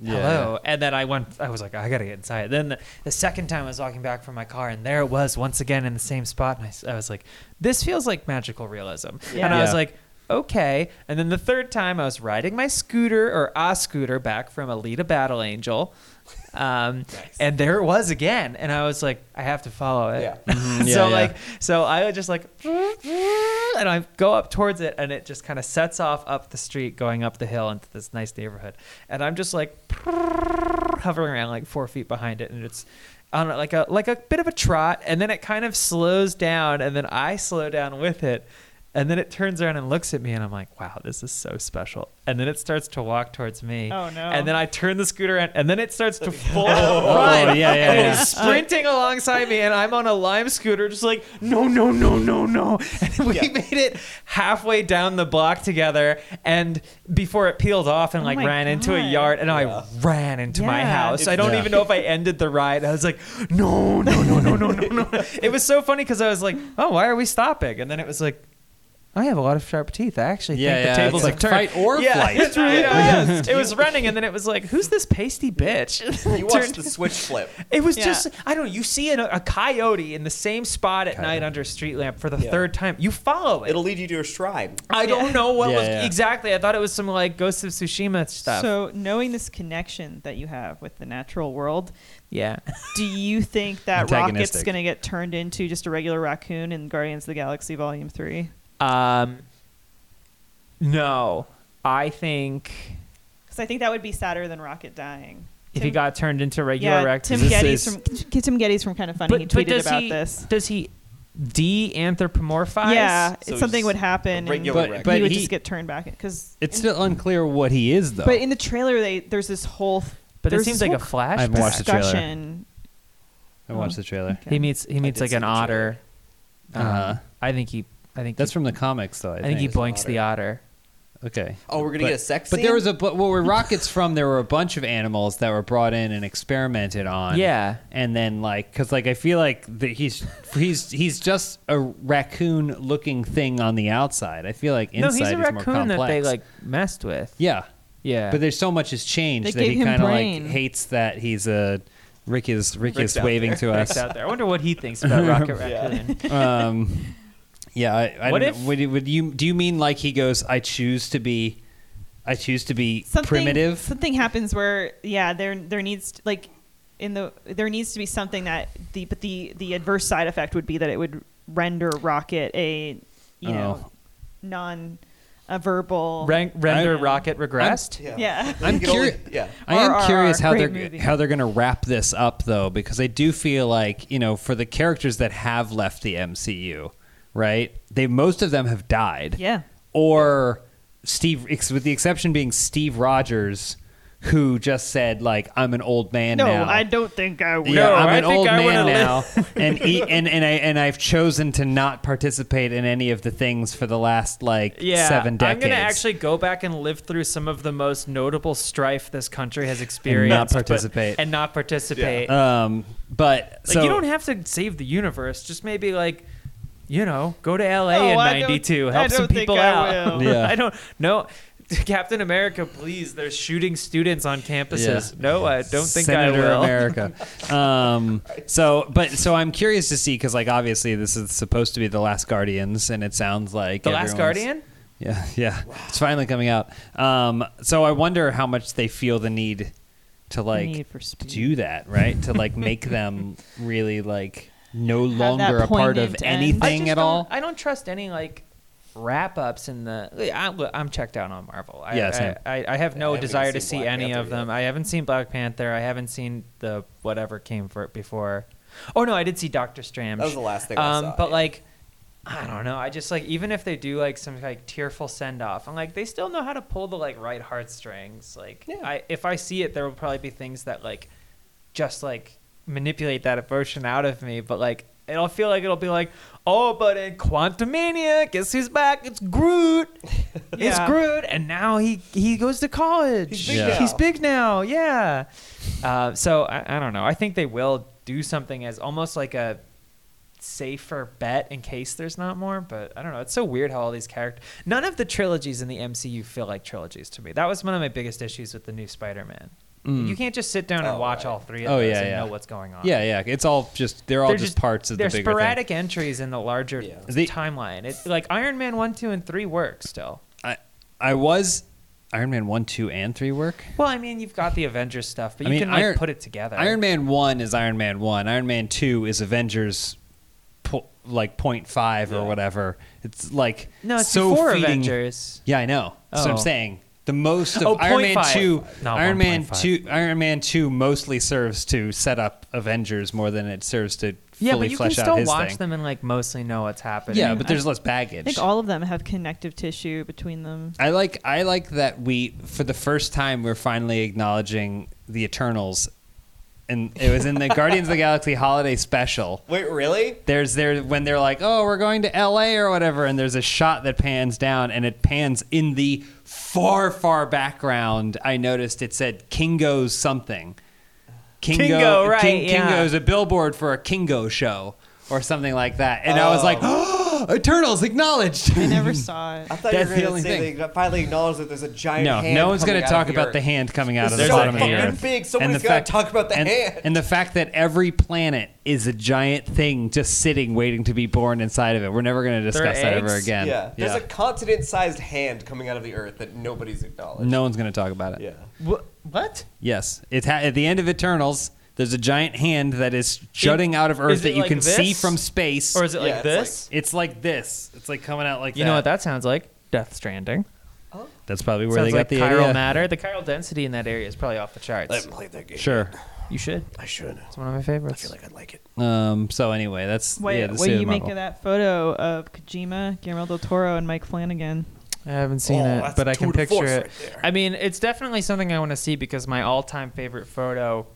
C: Hello, and then I went. I was like, I gotta get inside. Then the, the second time I was walking back from my car, and there it was once again in the same spot. And I s- I, was like, this feels like magical realism. And I was
A: Yeah.
C: like, okay. And then the third time, I was riding my scooter or a scooter back from Alita Battle Angel. Um, And there it was again. And I was like, I have to follow it.
D: Yeah.
C: [LAUGHS] so,
A: Mm-hmm. yeah, yeah.
C: like, so I was just like, and I go up towards it, and it just kind of sets off up the street, going up the hill into this nice neighborhood. And I'm just like hovering around like four feet behind it, and it's on like a like a bit of a trot, and then it kind of slows down, and then I slow down with it. And then it turns around and looks at me, and I'm like, "Wow, this is so special." And then it starts to walk towards me.
B: Oh, no.
C: And then I turn the scooter, around, and then it starts to
B: [LAUGHS]
C: full
A: [LAUGHS] Oh,
C: run.
A: yeah, yeah,
C: And
A: yeah.
C: it's sprinting alongside me, and I'm on a lime scooter, just like no, no, no, no, no. And we made it halfway down the block together, and before it peeled off and like
B: Oh my
C: ran into a
B: God.
C: yard, and I ran into my
B: Yeah.
C: house. I don't
A: Yeah.
C: even know if I ended the ride. I was like, no, no, no, no, no, no, no. it was so funny because I was like, oh, why are we stopping? And then it was like. I have a lot of sharp teeth. I actually
A: Yeah,
C: think
A: yeah,
C: the tables
A: it's
C: have
A: like
C: turned.
A: fight or
C: yeah,
A: flight. [LAUGHS]
C: It's really, yeah, it was- it was running, and then it was like, "Who's this pasty bitch?"
D: You watched the switch flip.
C: It was
B: Yeah.
C: just I don't know. You see a, a coyote in the same spot at night under a street lamp for the third time. You follow it.
D: It'll lead you to a shrine.
C: I don't know what
A: Yeah,
C: was
A: yeah.
C: exactly. I thought it was some like Ghost of Tsushima stuff.
B: So knowing this connection that you have with the natural world,
C: yeah.
B: do you think that Rocket's
A: Antagonistic.
B: going to get turned into just a regular raccoon in Guardians of the Galaxy Volume Three?
C: Um. No, I think
B: Because I think that would be sadder than Rocket dying.
C: if he
B: Tim-
C: got turned into regular
B: yeah,
C: rec-
B: Tim
A: This
B: Geddes
A: is-
B: from Tim Geddes from Kind of Funny. he tweeted
C: does
B: about
C: he,
B: this.
C: Does he de-anthropomorphize?
B: Yeah,
D: So
B: something
D: he's
B: would happen.
D: a regular
B: and
A: But-
D: wreck.
A: but-
B: he would
A: he-
B: just get turned back because.
A: It's still unclear what he is, though.
B: But in the trailer, they there's this whole.
C: But it
B: there's
C: seems
B: this
C: like a
B: whole
C: flashback.
A: I've watched the trailer.
B: discussion.
A: I watched the trailer.
C: He meets he meets
D: did
C: like
D: see
C: an
D: the trailer.
C: otter. Um,
A: Uh-huh.
C: I think he. I think
A: That's
C: that's.
A: from the comics, though. I,
C: I think he blinks the otter.
A: Okay.
D: Oh, we're gonna
A: but,
D: get a sex
A: But there
D: scene?
A: was a but well, where Rocket's from, there were a bunch of animals that were brought in and experimented on.
C: Yeah.
A: and then like because like I feel like the, he's he's he's just a raccoon looking thing on the outside. I feel like inside
C: no, he's a
A: more
C: raccoon
A: complex.
C: that they like messed with.
A: yeah,
C: Yeah,
A: but there's so much has changed
B: They
A: that
B: gave
A: he
B: him
A: kind of like
B: brain.
A: hates that he's a Rick is Rick
D: Rick's
A: is
D: out
A: waving to
C: Rick's
A: us.
C: out there. I wonder what he
A: [LAUGHS]
C: thinks about Rocket Raccoon.
A: um, yeah, I, I
C: What
A: don't
C: if-
A: know. Would, you- would you do you mean like he goes? I choose to be, I choose to be
B: something,
A: primitive.
B: Something happens where yeah, there there needs to, like in the there needs to be something that the but the the adverse side effect would be that it would render Rocket a you
A: Oh.
B: know non a verbal
C: Rank, render
A: I-
C: Rocket regressed.
A: [LAUGHS]
B: yeah. [LAUGHS]
A: I'm
D: You can only-
A: curious.
D: yeah.
A: I am
B: RRR,
A: curious how they're
B: great movie.
A: how they're going to wrap this up though, because I do feel like you know for the characters that have left the MCU, right? They most of them have died.
B: Yeah.
A: Or Steve, ex- with the exception being Steve Rogers, who just said like I'm an old man
B: No,
A: now.
B: I don't think I would.
A: Yeah,
C: No,
A: I'm
C: I
A: an
C: think
A: old
C: I
A: man
C: wanna
A: now,
C: [LAUGHS]
A: and, e- and and I and I've chosen to not participate in any of the things for the last like
C: Yeah,
A: seven
C: I'm
A: decades.
C: gonna actually go back and live through some of the most notable strife this country has experienced, but-
A: participate.
C: and not participate.
A: um, but
C: like
A: so
C: you don't have to save the universe. Just maybe like, you know, go to L.A.
A: Oh,
B: No,
C: in
B: I don't-
C: '92,
B: I
C: help
B: don't
C: some
B: think
C: people
B: I
C: out. [LAUGHS]
B: will.
A: Yeah.
C: I don't know. [LAUGHS] Captain America, please. They're shooting students on campuses. No, I don't think
A: Senator
C: I will. [LAUGHS]
A: America. Um, so, but so I'm curious to see because, like, obviously, this is supposed to be the last Guardians, and it sounds like
C: The
A: everyone's-
C: Last Guardian.
A: [LAUGHS] Yeah, yeah, it's finally coming out. Um, so I wonder how much they feel the need to like
B: need for speed.
A: do that, right? to
B: [LAUGHS]
A: like make them really like no
B: Have that
A: longer a part of
B: poignant
C: I
B: end.
A: anything
C: just
A: at
C: don't-
A: all.
C: I don't trust any like wrap ups in the. I, look, I'm checked out on Marvel. I,
A: Yeah, same.
C: I, I, I have no
D: I haven't
C: desire
D: even
C: to see
D: seen Black
C: any
D: Panther
C: of them.
D: yet.
C: I haven't seen Black Panther. I haven't seen the whatever came for it before. Oh no, I did see Doctor Strange.
D: That was the last thing I
C: Um,
D: saw,
C: but
D: yeah.
C: like, I don't know. I just like even if they do like some like tearful send off, I'm like they still know how to pull the like right heartstrings. Like, I if I see it, there will probably be things that like just like manipulate that emotion out of me. But like, it'll feel like it'll be like, oh, but in Quantumania, guess who's back? It's Groot. It's
B: Yeah.
C: Groot, and now he he goes to college.
D: He's
A: big Yeah.
C: He's
D: now.
C: big now. Yeah. Uh, so I, I don't know. I think they will do something as almost like a safer bet in case there's not more. But I don't know. It's so weird how all these characters. None of the trilogies in the MCU feel like trilogies to me. That was one of my biggest issues with the new Spider-Man. You can't just sit down and
D: Oh,
C: watch
D: right.
C: all three of
A: Mm. Oh,
C: those
A: yeah,
C: and
A: yeah.
C: know what's going on.
A: Yeah, yeah. It's all just they're all
C: They're
A: just, parts of the
C: they're
A: bigger
C: sporadic entries in the larger
D: Yeah.
A: The-
C: timeline. It, like Iron Man one, two, and three work still.
A: thing. I I was Iron Man one, two, and three work.
C: Well, I mean, you've got the Avengers stuff,
A: I
C: but you
A: mean,
C: can like
A: Iron-
C: put it together.
A: Iron Man one is Iron Man one. Iron Man two is Avengers, po- like point five or whatever. It's like
C: No, it's
A: so
C: before
A: feeding-
C: Avengers.
A: Yeah, I know. That's what
C: Oh.
A: I'm saying. The most of
C: Oh,
A: Iron Man
C: 0.5.
A: two,
C: Not
A: Iron Man
C: 1.5.
A: two, Iron Man two mostly serves to set up Avengers more than it serves to
C: Yeah,
A: fully
C: but you can
A: flesh out
C: still
A: his
C: watch
A: thing.
C: them and like mostly know what's happening.
A: Yeah, but there's less
B: I
A: baggage.
B: think all of them have connective tissue between them.
A: I like I like that we for the first time we're finally acknowledging the Eternals, and it was
C: [LAUGHS]
A: in the Guardians of the Galaxy holiday special.
D: Wait, really?
A: There's there when they're like, oh, we're going to L.A. or whatever, and there's a shot that pans down, and it pans in the far far background. I noticed it said Kingo's something. Kingo,
C: Kingo, right, yeah.
A: Kingo's a billboard for a Kingo show or something like that, and I was
D: Oh.
A: like, oh, [GASPS] Eternals acknowledged. [LAUGHS]
B: I never saw it.
D: I thought
A: That's
D: you
A: the
D: were going
A: only
D: to say
A: thing.
D: they finally acknowledge that there's a giant
A: No,
D: hand
A: no one's
D: going
A: going
D: to
A: to talk about the hand coming out of the
D: It's so
A: bottom of the
D: fucking
A: earth.
D: big.
A: And
D: Somebody's
A: the
D: gotta
A: fact-
D: talk about the
A: and,
D: hand.
A: And the fact that every planet is a giant thing just sitting, waiting to be born inside of it. We're never going to
C: There are
A: discuss that ever
C: eggs?
A: again.
D: Yeah, there's a continent-sized hand coming out of the earth that nobody's acknowledged.
A: no one's going to talk about it.
D: Yeah.
C: what?
A: Yes, it ha- at the end of Eternals. There's a giant hand that is jutting out of Earth
C: is it
A: that you
C: like
A: can see
C: this?
A: from space.
C: Or is it
D: Yeah,
C: like
D: it's like-
C: this?
A: it's like this. It's like coming out like
C: you know what that sounds like? Death Stranding.
A: That's probably where
C: sounds
A: they got
C: like
A: the
C: chiral
A: idea.
C: matter. The chiral density in that area is probably off the charts.
D: played that game.
A: Sure.
C: you should.
D: I should. I
C: It's one of my favorites.
D: like I'd like it.
A: Um, so anyway, that's
B: What,
A: yeah. The
B: what
A: state
B: do
A: of
B: you make
A: Marvel.
B: of that photo of Kojima, Guillermo del Toro, and Mike Flanagan?
C: I haven't seen
D: Oh,
C: it,
D: that's
C: but
D: a
C: I can
D: tour de force
C: picture it.
D: right there.
C: I mean, it's definitely something I want to see because my all-time favorite photo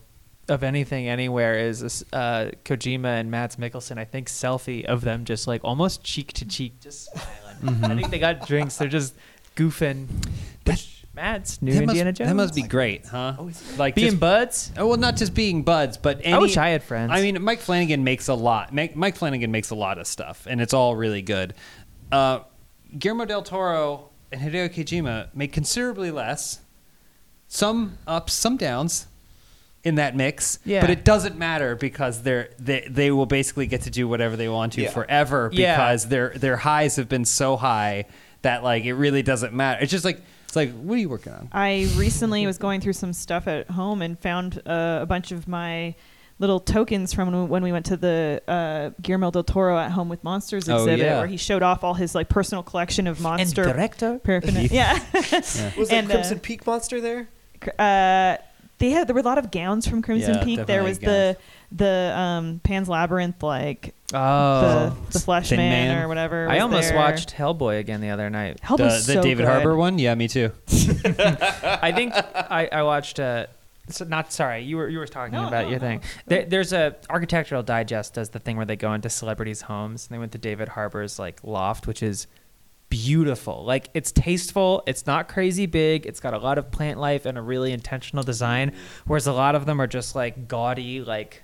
C: of anything anywhere is this, uh, Kojima and Mads Mikkelsen. I think selfie of them just like almost cheek to cheek, just [LAUGHS] smiling. I think they got drinks. They're just goofing.
A: That-
C: Mads, new
A: that must-
C: Indiana Jones.
A: That must be great, huh? Oh, Like
C: being
A: just-
C: buds.
A: Oh, well, not just being buds, but any,
C: I wish I had friends.
A: I mean, Mike Flanagan makes a lot. Mike, Mike Flanagan makes a lot of stuff, and it's all really good. Uh, Guillermo del Toro and Hideo Kojima make considerably less. Some ups, some downs in that mix.
C: Yeah.
A: But it doesn't matter because they're they, they will basically get to do whatever they want to
D: Yeah.
A: forever
C: Yeah.
A: because their their highs have been so high that like it really doesn't matter. It's just like it's like what are you working on?
B: I recently was going through some stuff at home and found uh, a bunch of my little tokens from when we- when we went to the uh, Guillermo del Toro at home with monsters
A: Oh,
B: exhibit,
A: yeah.
B: where he showed off all his like personal collection of monster
C: director.
A: [LAUGHS]
B: paraphernalia. yeah,
D: Was it
B: And, uh,
D: Crimson Peak Monster there?
B: uh, they had there were a lot of gowns from Crimson
A: Yeah,
B: Peak. There
A: definitely
B: was the the um, Pan's Labyrinth like
C: Oh,
B: the the Flesh
A: Thin
B: Man,
A: Man.
B: or whatever.
C: I
B: was
C: almost
B: there.
C: watched Hellboy again the other night.
B: Hellboy's
A: the, the
B: so
A: David
B: good.
A: Harbour one? Yeah, me too.
C: I think I, I watched. Uh, so not sorry, you were you were talking
B: No,
C: about
B: no,
C: your
B: no.
C: thing. There, there's a Architectural Digest does the thing where they go into celebrities' homes and they went to David Harbour's like loft, which is beautiful. Like it's tasteful, it's not crazy big, it's got a lot of plant life and a really intentional design. Whereas a lot of them are just like gaudy, like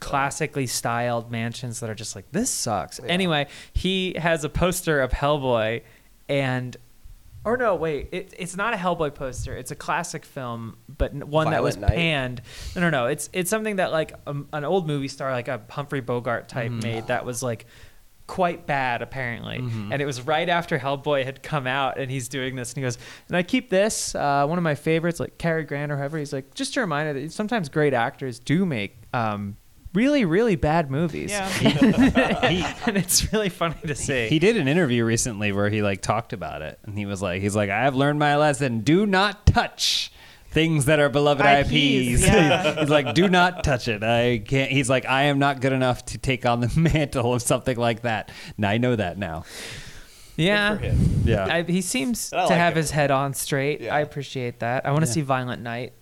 C: classically styled mansions that are just like this sucks. Anyway, he has a poster of Hellboy, and or no, wait, it, it's not a Hellboy poster. It's a classic film, but n- one that
D: Violent
C: was
D: Night?
C: panned. No, no, no. It's it's something that like um, an old movie star, like a Humphrey Bogart type,
D: Mm-hmm.
C: made that was like quite bad apparently
D: Mm-hmm.
C: and it was right after hellboy had come out and he's doing this and he goes and i keep this uh, one of my favorites like Cary grant or whoever he's like just a reminder that sometimes great actors do make um, really really bad
A: [LAUGHS]
C: movies
B: Yeah.
C: [LAUGHS] and it's really funny to see
A: He did an interview recently where he like talked about it, and he was like, he's like, I have learned my lesson. Do not touch things that are beloved IPs. [LAUGHS]
B: IPs, yeah.
A: he's like, do not touch it. I can't. He's like, I am not good enough to take on the [LAUGHS] mantle of something like that. Now I know that now.
B: uh,
D: for
C: Yeah.
D: him.
A: Yeah.
C: I, he seems
D: And I
C: to
D: like
C: have
D: him.
C: his head on straight.
D: Yeah.
C: I appreciate that. I want to see Violent Night.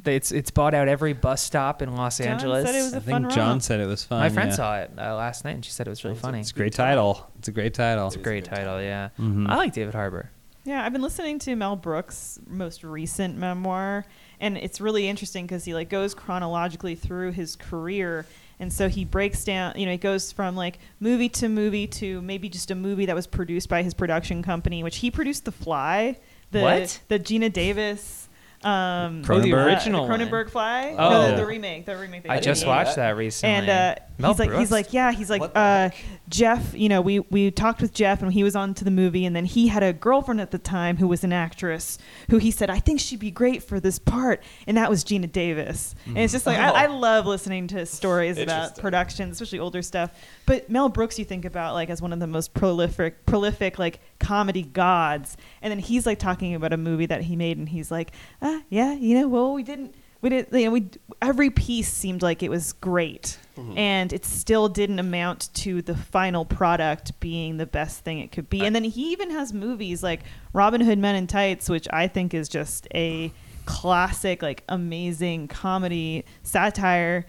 C: They- It's it's bought out every bus stop in Los
B: John
C: Angeles.
B: said it was a
A: I
B: fun
A: think John
B: romp.
A: said it was fun.
C: My friend
A: yeah.
C: saw it uh, last night and she said it was really funny.
A: It's a great title. It's a great title.
C: It's a great title, yeah.
B: Mm-hmm.
C: I like David Harbour.
B: Yeah, I've been listening to Mel Brooks' most recent memoir, and it's really interesting because he like goes chronologically through his career, and so he breaks down. You know, he goes from like movie to movie to maybe just a movie that was produced by his production company, which he produced The Fly, the
C: What?
B: the Gina Davis, um,
A: Oh, the
B: uh,
C: original one.
B: Cronenberg Fly,
C: Oh.
B: no, the, the remake, the remake. they
C: I
B: did.
C: just
D: know
C: watched
D: that.
C: that recently.
B: And uh,
C: Mel
B: he's like,
C: Brooks?
B: he's like, yeah, he's like,
D: What the
B: uh, Jeff. You know, we we talked with Jeff, and he was on to the movie, and then he had a girlfriend at the time who was an actress, who he said, I think she'd be great for this part, and that was Gina Davis. And it's just like
D: Oh.
B: I, I love listening to stories about
D: Interesting.
B: productions, especially older stuff. But Mel Brooks, you think about like as one of the most prolific prolific like comedy gods, and then he's like talking about a movie that he made, and he's like, ah, yeah, you know, well, we didn't. We did, you know, we every piece seemed like it was great, and it still didn't amount to the final product being the best thing it could be. And then he even has movies like Robin Hood Men in Tights, which I think is just a classic, like amazing comedy satire.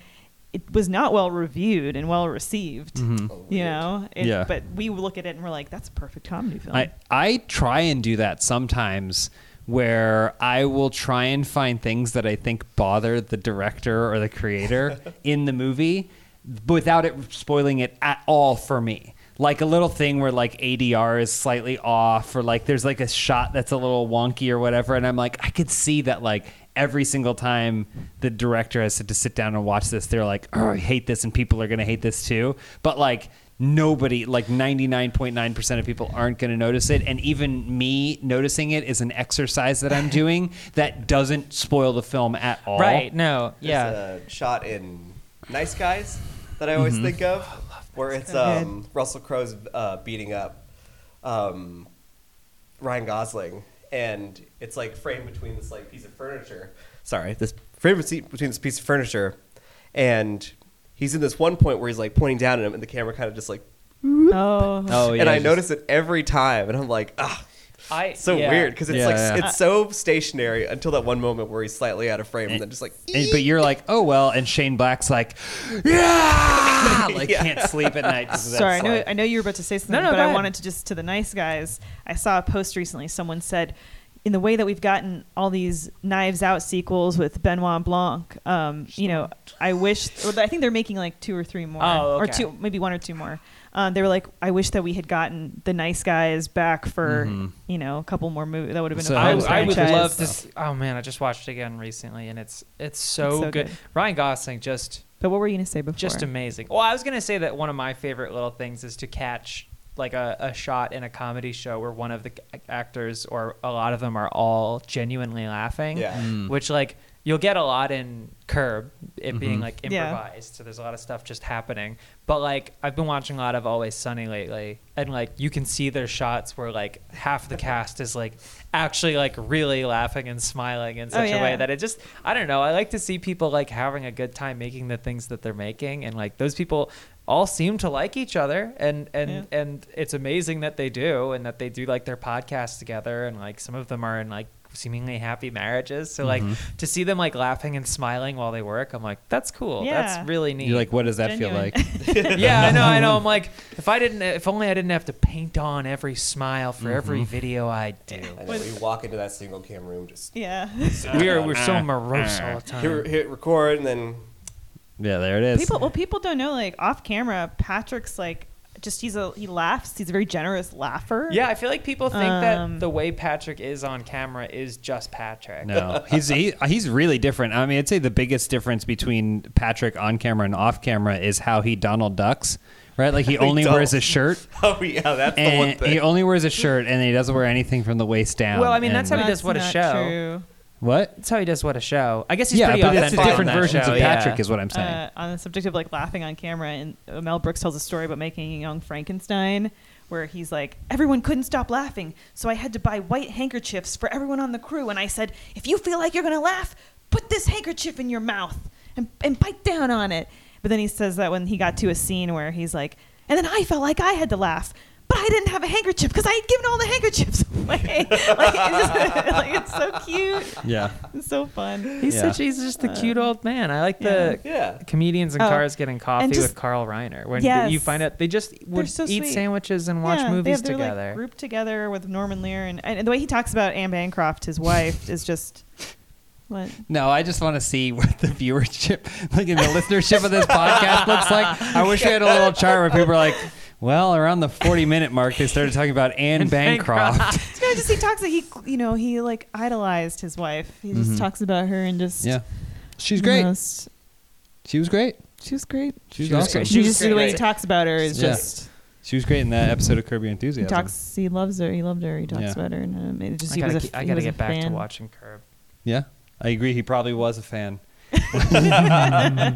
B: It was not well reviewed and well received,
C: Mm-hmm.
B: you know. It-
A: Yeah.
B: But we look at it and we're like, that's a perfect comedy film.
A: I, I try and do that sometimes where I will try and find things that I think bother the director or the creator in the movie without it spoiling it at all for me. Like a little thing where like ADR is slightly off or like there's like a shot that's a little wonky or whatever and I'm like I could see that like every single time the director has to sit down and watch this they're like oh I hate this and people are going to hate this too. But like nobody like 99.9% of people aren't going to notice it and even me noticing it is an exercise that i'm doing that doesn't spoil the film at all
C: right? No,
D: There's
C: yeah.
D: a shot in Nice Guys that Oh, I always think of, where it's um, Russell Crowe's uh, beating up um, Ryan Gosling, and it's like framed between this like piece of furniture. Sorry, this framed seat between this piece of furniture, and he's in this one point where he's like pointing down at him, and the camera kind of just like,
B: oh,
A: oh yeah
D: and I
A: just-
D: notice it every time, and I'm like, ah.
C: I
D: It's so
C: yeah.
D: weird because it's
A: Yeah,
D: like
A: yeah.
D: it's so stationary until that one moment where he's slightly out of frame and then just like
A: and, but you're like oh well and shane black's like yeah like can't sleep at night 'cause of that
B: [LAUGHS] Sorry, I know,
A: slide.
B: I know you were about to say something,
C: No, no,
B: but
C: go
B: I
C: ahead.
B: wanted to just to the nice guys. I saw a post recently. Someone said, in the way that we've gotten all these Knives Out sequels with Benoit Blanc, um, you know, I wish. Or I think they're making like two or three more,
C: Oh,
B: or
C: okay.
B: two, maybe one or two more. Um, they were like, I wish that we had gotten the nice guys back for you know a couple more movies. That would have been.
A: So-
B: a
C: Mm-hmm. I,
B: fun
A: Those
C: I would
B: franchise.
C: love to. s oh man, I just watched it again recently, and it's it's so,
B: It's so
C: good.
B: good.
C: Ryan Gosling just
B: But what were you gonna say before?
C: just amazing. Well, I was gonna say that one of my favorite little things is to catch like a, a shot in a comedy show where one of the c- actors or a lot of them are all genuinely laughing.
D: Yeah. Mm.
C: Which like you'll get a lot in Curb, it being like
B: Mm-hmm. Yeah.
C: improvised. So there's a lot of stuff just happening. But like I've been watching a lot of Always Sunny lately, and like you can see their shots where like half the cast is like actually like really laughing and smiling in
B: Oh,
C: such a way
B: yeah.
C: that it just I don't know. I like to see people like having a good time making the things that they're making, and like those people all seem to like each other, and and
B: Yeah.
C: and it's amazing that they do, and that they do like their podcasts together, and like some of them are in like seemingly happy marriages. So like to see them like laughing and smiling while they work, I'm like that's cool.
B: Yeah.
C: That's really neat.
A: you're like what does that feel
B: Genuine.
A: like
C: [LAUGHS]
B: [LAUGHS]
C: yeah, I know, I know. I'm like if I didn't, if only I didn't have to paint on every smile for every video I do.
D: And then we walk into that single cam room,
C: [LAUGHS]
D: just
B: Yeah.
C: We are we're so Uh-huh. morose all the time.
D: hit, hit record, and then [LAUGHS]
A: yeah there it is
B: People, well, people don't know. Like off camera, Patrick's like just he's a he laughs. He's a very generous laugher.
C: Yeah, I feel like people think
B: Um,
C: that the way Patrick is on camera is just Patrick.
A: No, he's he, he's really different. I mean, I'd say the biggest difference between Patrick on camera and off camera is how he Donald ducks, right? Like he only wears a
D: don't.
A: shirt,
D: oh yeah, that's the one
A: and
D: thing.
A: he only wears a shirt, and he doesn't wear anything from the waist down.
C: Well, I mean,
A: And-
C: that's how he does what a
B: not
C: show.
B: True.
A: What?
C: That's how he does what a show. I guess he's
A: Yeah,
C: pretty
A: but it's
C: authentic
A: the different
C: in that
A: versions
C: show,
A: of Patrick
C: yeah.
A: is what I'm saying.
B: uh, on the subject of like laughing on camera. And uh, Mel Brooks tells a story about making Young Frankenstein, where he's like, everyone couldn't stop laughing, so I had to buy white handkerchiefs for everyone on the crew. And I said, if you feel like you're gonna laugh, put this handkerchief in your mouth and and bite down on it. But then he says that when he got to a scene where he's like, and then I felt like I had to laugh. But I didn't have a handkerchief because I had given all the handkerchiefs [LAUGHS] away. like, it's just- like, it's [LAUGHS] so cute.
A: yeah.
B: It's so fun.
C: He's
A: Yeah.
C: such he's just a cute old man. I like the
D: Yeah.
C: comedians in
B: Uh, Oh,
C: cars getting coffee
B: just-
C: with Carl Reiner. When
B: Yes.
C: you find out they just would
B: so
C: eat
B: sweet.
C: sandwiches and watch
B: Yeah, they
C: movies
B: have their, like,
C: together.
B: grouped together with Norman Lear, and, and the way he talks about Anne Bancroft, his wife, is just what
A: No, I just want to see what the viewership, like the listenership of this podcast looks like. I wish we had a little chart where people are like, well, around the 40 minute mark, they started talking about Anne Bancroft.
B: this guy just he talks that he you know he like idolized his wife. He
C: Mm-hmm.
B: just talks about her and just
A: Yeah. She's
B: the
A: great.
B: most-
A: She was great.
B: she was great.
A: She was,
C: She was
A: awesome.
C: great.
B: She just the way he
C: great.
B: talks about her is
A: Yeah.
B: just
A: She was great in that episode of Curb Your
B: he
A: Enthusiasm.
B: talks. He loves her. He loved her. He talks
A: Yeah.
B: about her, and um, it just
C: I
B: he
C: gotta,
B: was a,
C: ke- I
B: he
C: gotta
B: was a
C: get back to
B: fan.
C: watching
B: [LAUGHS]
C: Curb.
A: Yeah, I agree. He probably was a fan.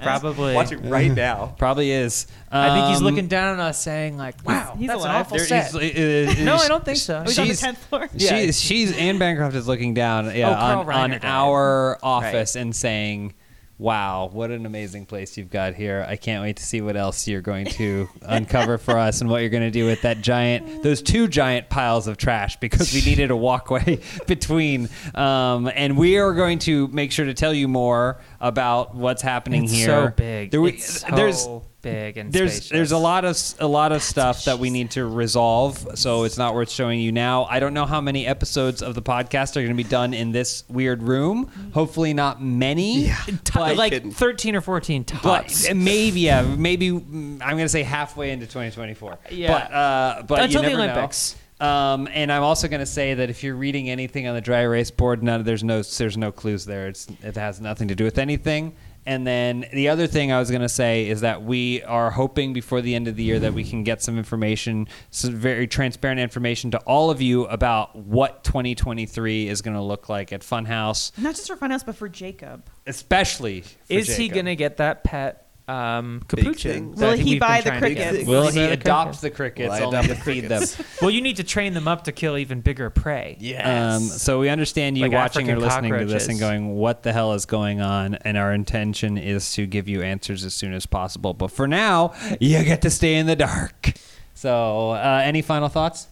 C: Probably.
D: Watch it right now.
A: Probably is.
C: I think he's
A: Um,
C: looking down on us, saying like, "Wow,
B: he's
C: that's
B: alive.
C: an awful
A: there
C: set."
A: is- it- it-
C: no,
A: it's-
C: I don't think so.
B: Oh, He's on the
A: She's-
B: tenth floor.
A: She
C: Yeah.
A: is, she's Anne Bancroft is looking down yeah,
C: Oh, Carl
A: on, on
C: Reiner died.
A: our office and saying, "Wow, what an amazing place you've got here! I can't wait to see what else you're going
C: [LAUGHS]
A: to uncover for us and what you're going to do with that giant, those two giant piles of trash because we needed a walkway [LAUGHS] between. Um, and we are going to make sure to tell you more about what's happening
C: It's
A: here.
C: so big.
A: There we-
C: It's
A: there's
C: so big and
A: there's
C: spacious.
A: there's a lot of s- a lot of stuff that we need to resolve, so it's not worth showing you now. I don't know how many episodes of the podcast are going to be done in this weird room. Hopefully, not many.
C: [LAUGHS]
A: but-
C: like
D: kidding.
C: thirteen or fourteen tops.
A: but maybe yeah, maybe mm, I'm gonna say halfway into 2024.
C: Yeah.
A: but uh, but
C: Until
A: you
C: the
A: never know.
C: Olympics.
A: Um, and I'm also gonna say that if you're reading anything on the dry erase board, none there's no there's no clues there. It's it has nothing to do with anything. And then the other thing I was gonna say is that we are hoping before the end of the year that we can get some information, some very transparent information to all of you about what 2023 is gonna look like at Funhouse,
B: Not just for Funhouse, but for Jacob.
A: especially. for
C: is he
A: Jacob.
C: gonna get that pet um,
D: thing.
C: capuchin? that
B: Will he
C: we've
B: buy
C: been
B: the
C: trying to get?
B: crickets?
A: Will
C: Will
A: he
C: he
A: adopt
C: adopt
A: the crickets?
D: Will I
A: I'll
D: adopt
A: have to
D: the
A: feed them.
D: crickets?
A: [LAUGHS]
C: Well, you need to train them up to kill even bigger prey.
A: Um, so we understand you
C: Like
A: watching or
C: African
A: listening to this and
C: cockroaches.
A: going, "What the hell is going on?" And our intention is to give you answers as soon as possible. But for now, you get to stay in the dark. So, uh, any final thoughts?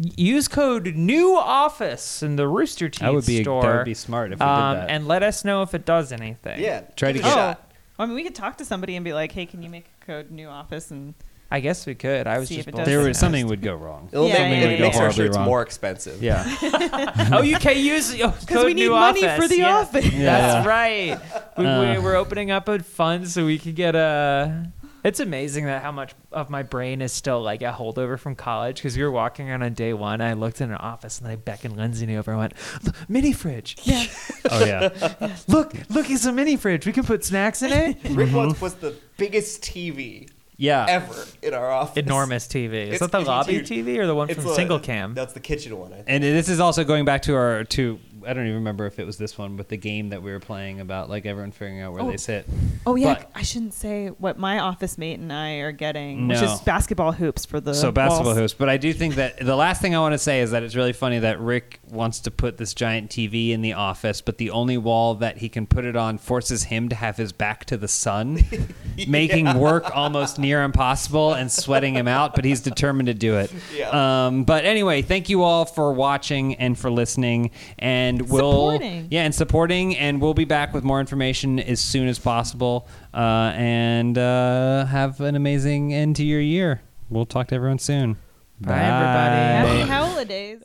C: Use code new office in the Rooster Teeth
A: That would be- that
C: store.
A: would be smart if we did
C: um,
A: that.
C: And let us know if it does anything.
D: Yeah.
A: Try to
D: give
A: get-
D: it a
B: Oh,
D: shot.
B: I mean, we could talk to somebody and be like, "Hey, can you make a code new office?" And
C: I guess we could. I was
B: See
C: just
B: if it does
A: There
B: Doesn't
A: was something would go wrong.
D: It'll
B: Yeah,
D: make,
B: yeah,
D: it'll
B: yeah,
D: make
B: yeah.
D: our shirts
A: Horribly
D: more
A: wrong.
D: expensive.
A: Yeah.
C: oh, you can use
B: [LAUGHS]
C: because
B: because we need money for the office.
C: That's
A: Yeah.
C: right. We,
A: Uh.
C: we, we're opening up a fund so we could get a. It's amazing that how much of my brain is still like a holdover from college. Because we were walking around on day one, I looked in an office and I beckoned Lindsay over and went, "Look, "Mini fridge! Yeah,
A: [LAUGHS] oh yeah.
C: look, look, it's a mini fridge. We can put snacks in
B: [LAUGHS]
C: it.
D: Rick once was the biggest TV
A: Yeah.
D: ever in our office.
C: Enormous TV. Is
D: It's-
C: that the
D: it's
C: lobby
D: huge.
C: TV or the one
D: It's
C: from
D: a-
C: Single Cam?
D: That's the kitchen one. I think.
A: And this is also going back to our to I don't even remember if it was this one, but the game that we were playing about like everyone figuring out where
B: Oh.
A: they sit.
B: Oh yeah,
A: But-
B: I shouldn't say what my office mate and I are getting, which
A: No.
B: is basketball hoops for the
A: so basketball
B: walls.
A: hoops. But I do think that the last thing I want to say is that it's really funny that Rick wants to put this giant TV in the office, but the only wall that he can put it on forces him to have his back to the sun, making work almost near impossible and sweating him out. But he's determined to do it.
D: Yeah.
A: Um, but anyway, thank you all for watching and for listening, and we'll
B: Supporting.
A: yeah, and supporting, and we'll be back with more information as soon as possible. Uh, and uh, have an amazing end to your year. We'll talk to everyone soon.
C: Bye, everybody.
B: Happy holidays.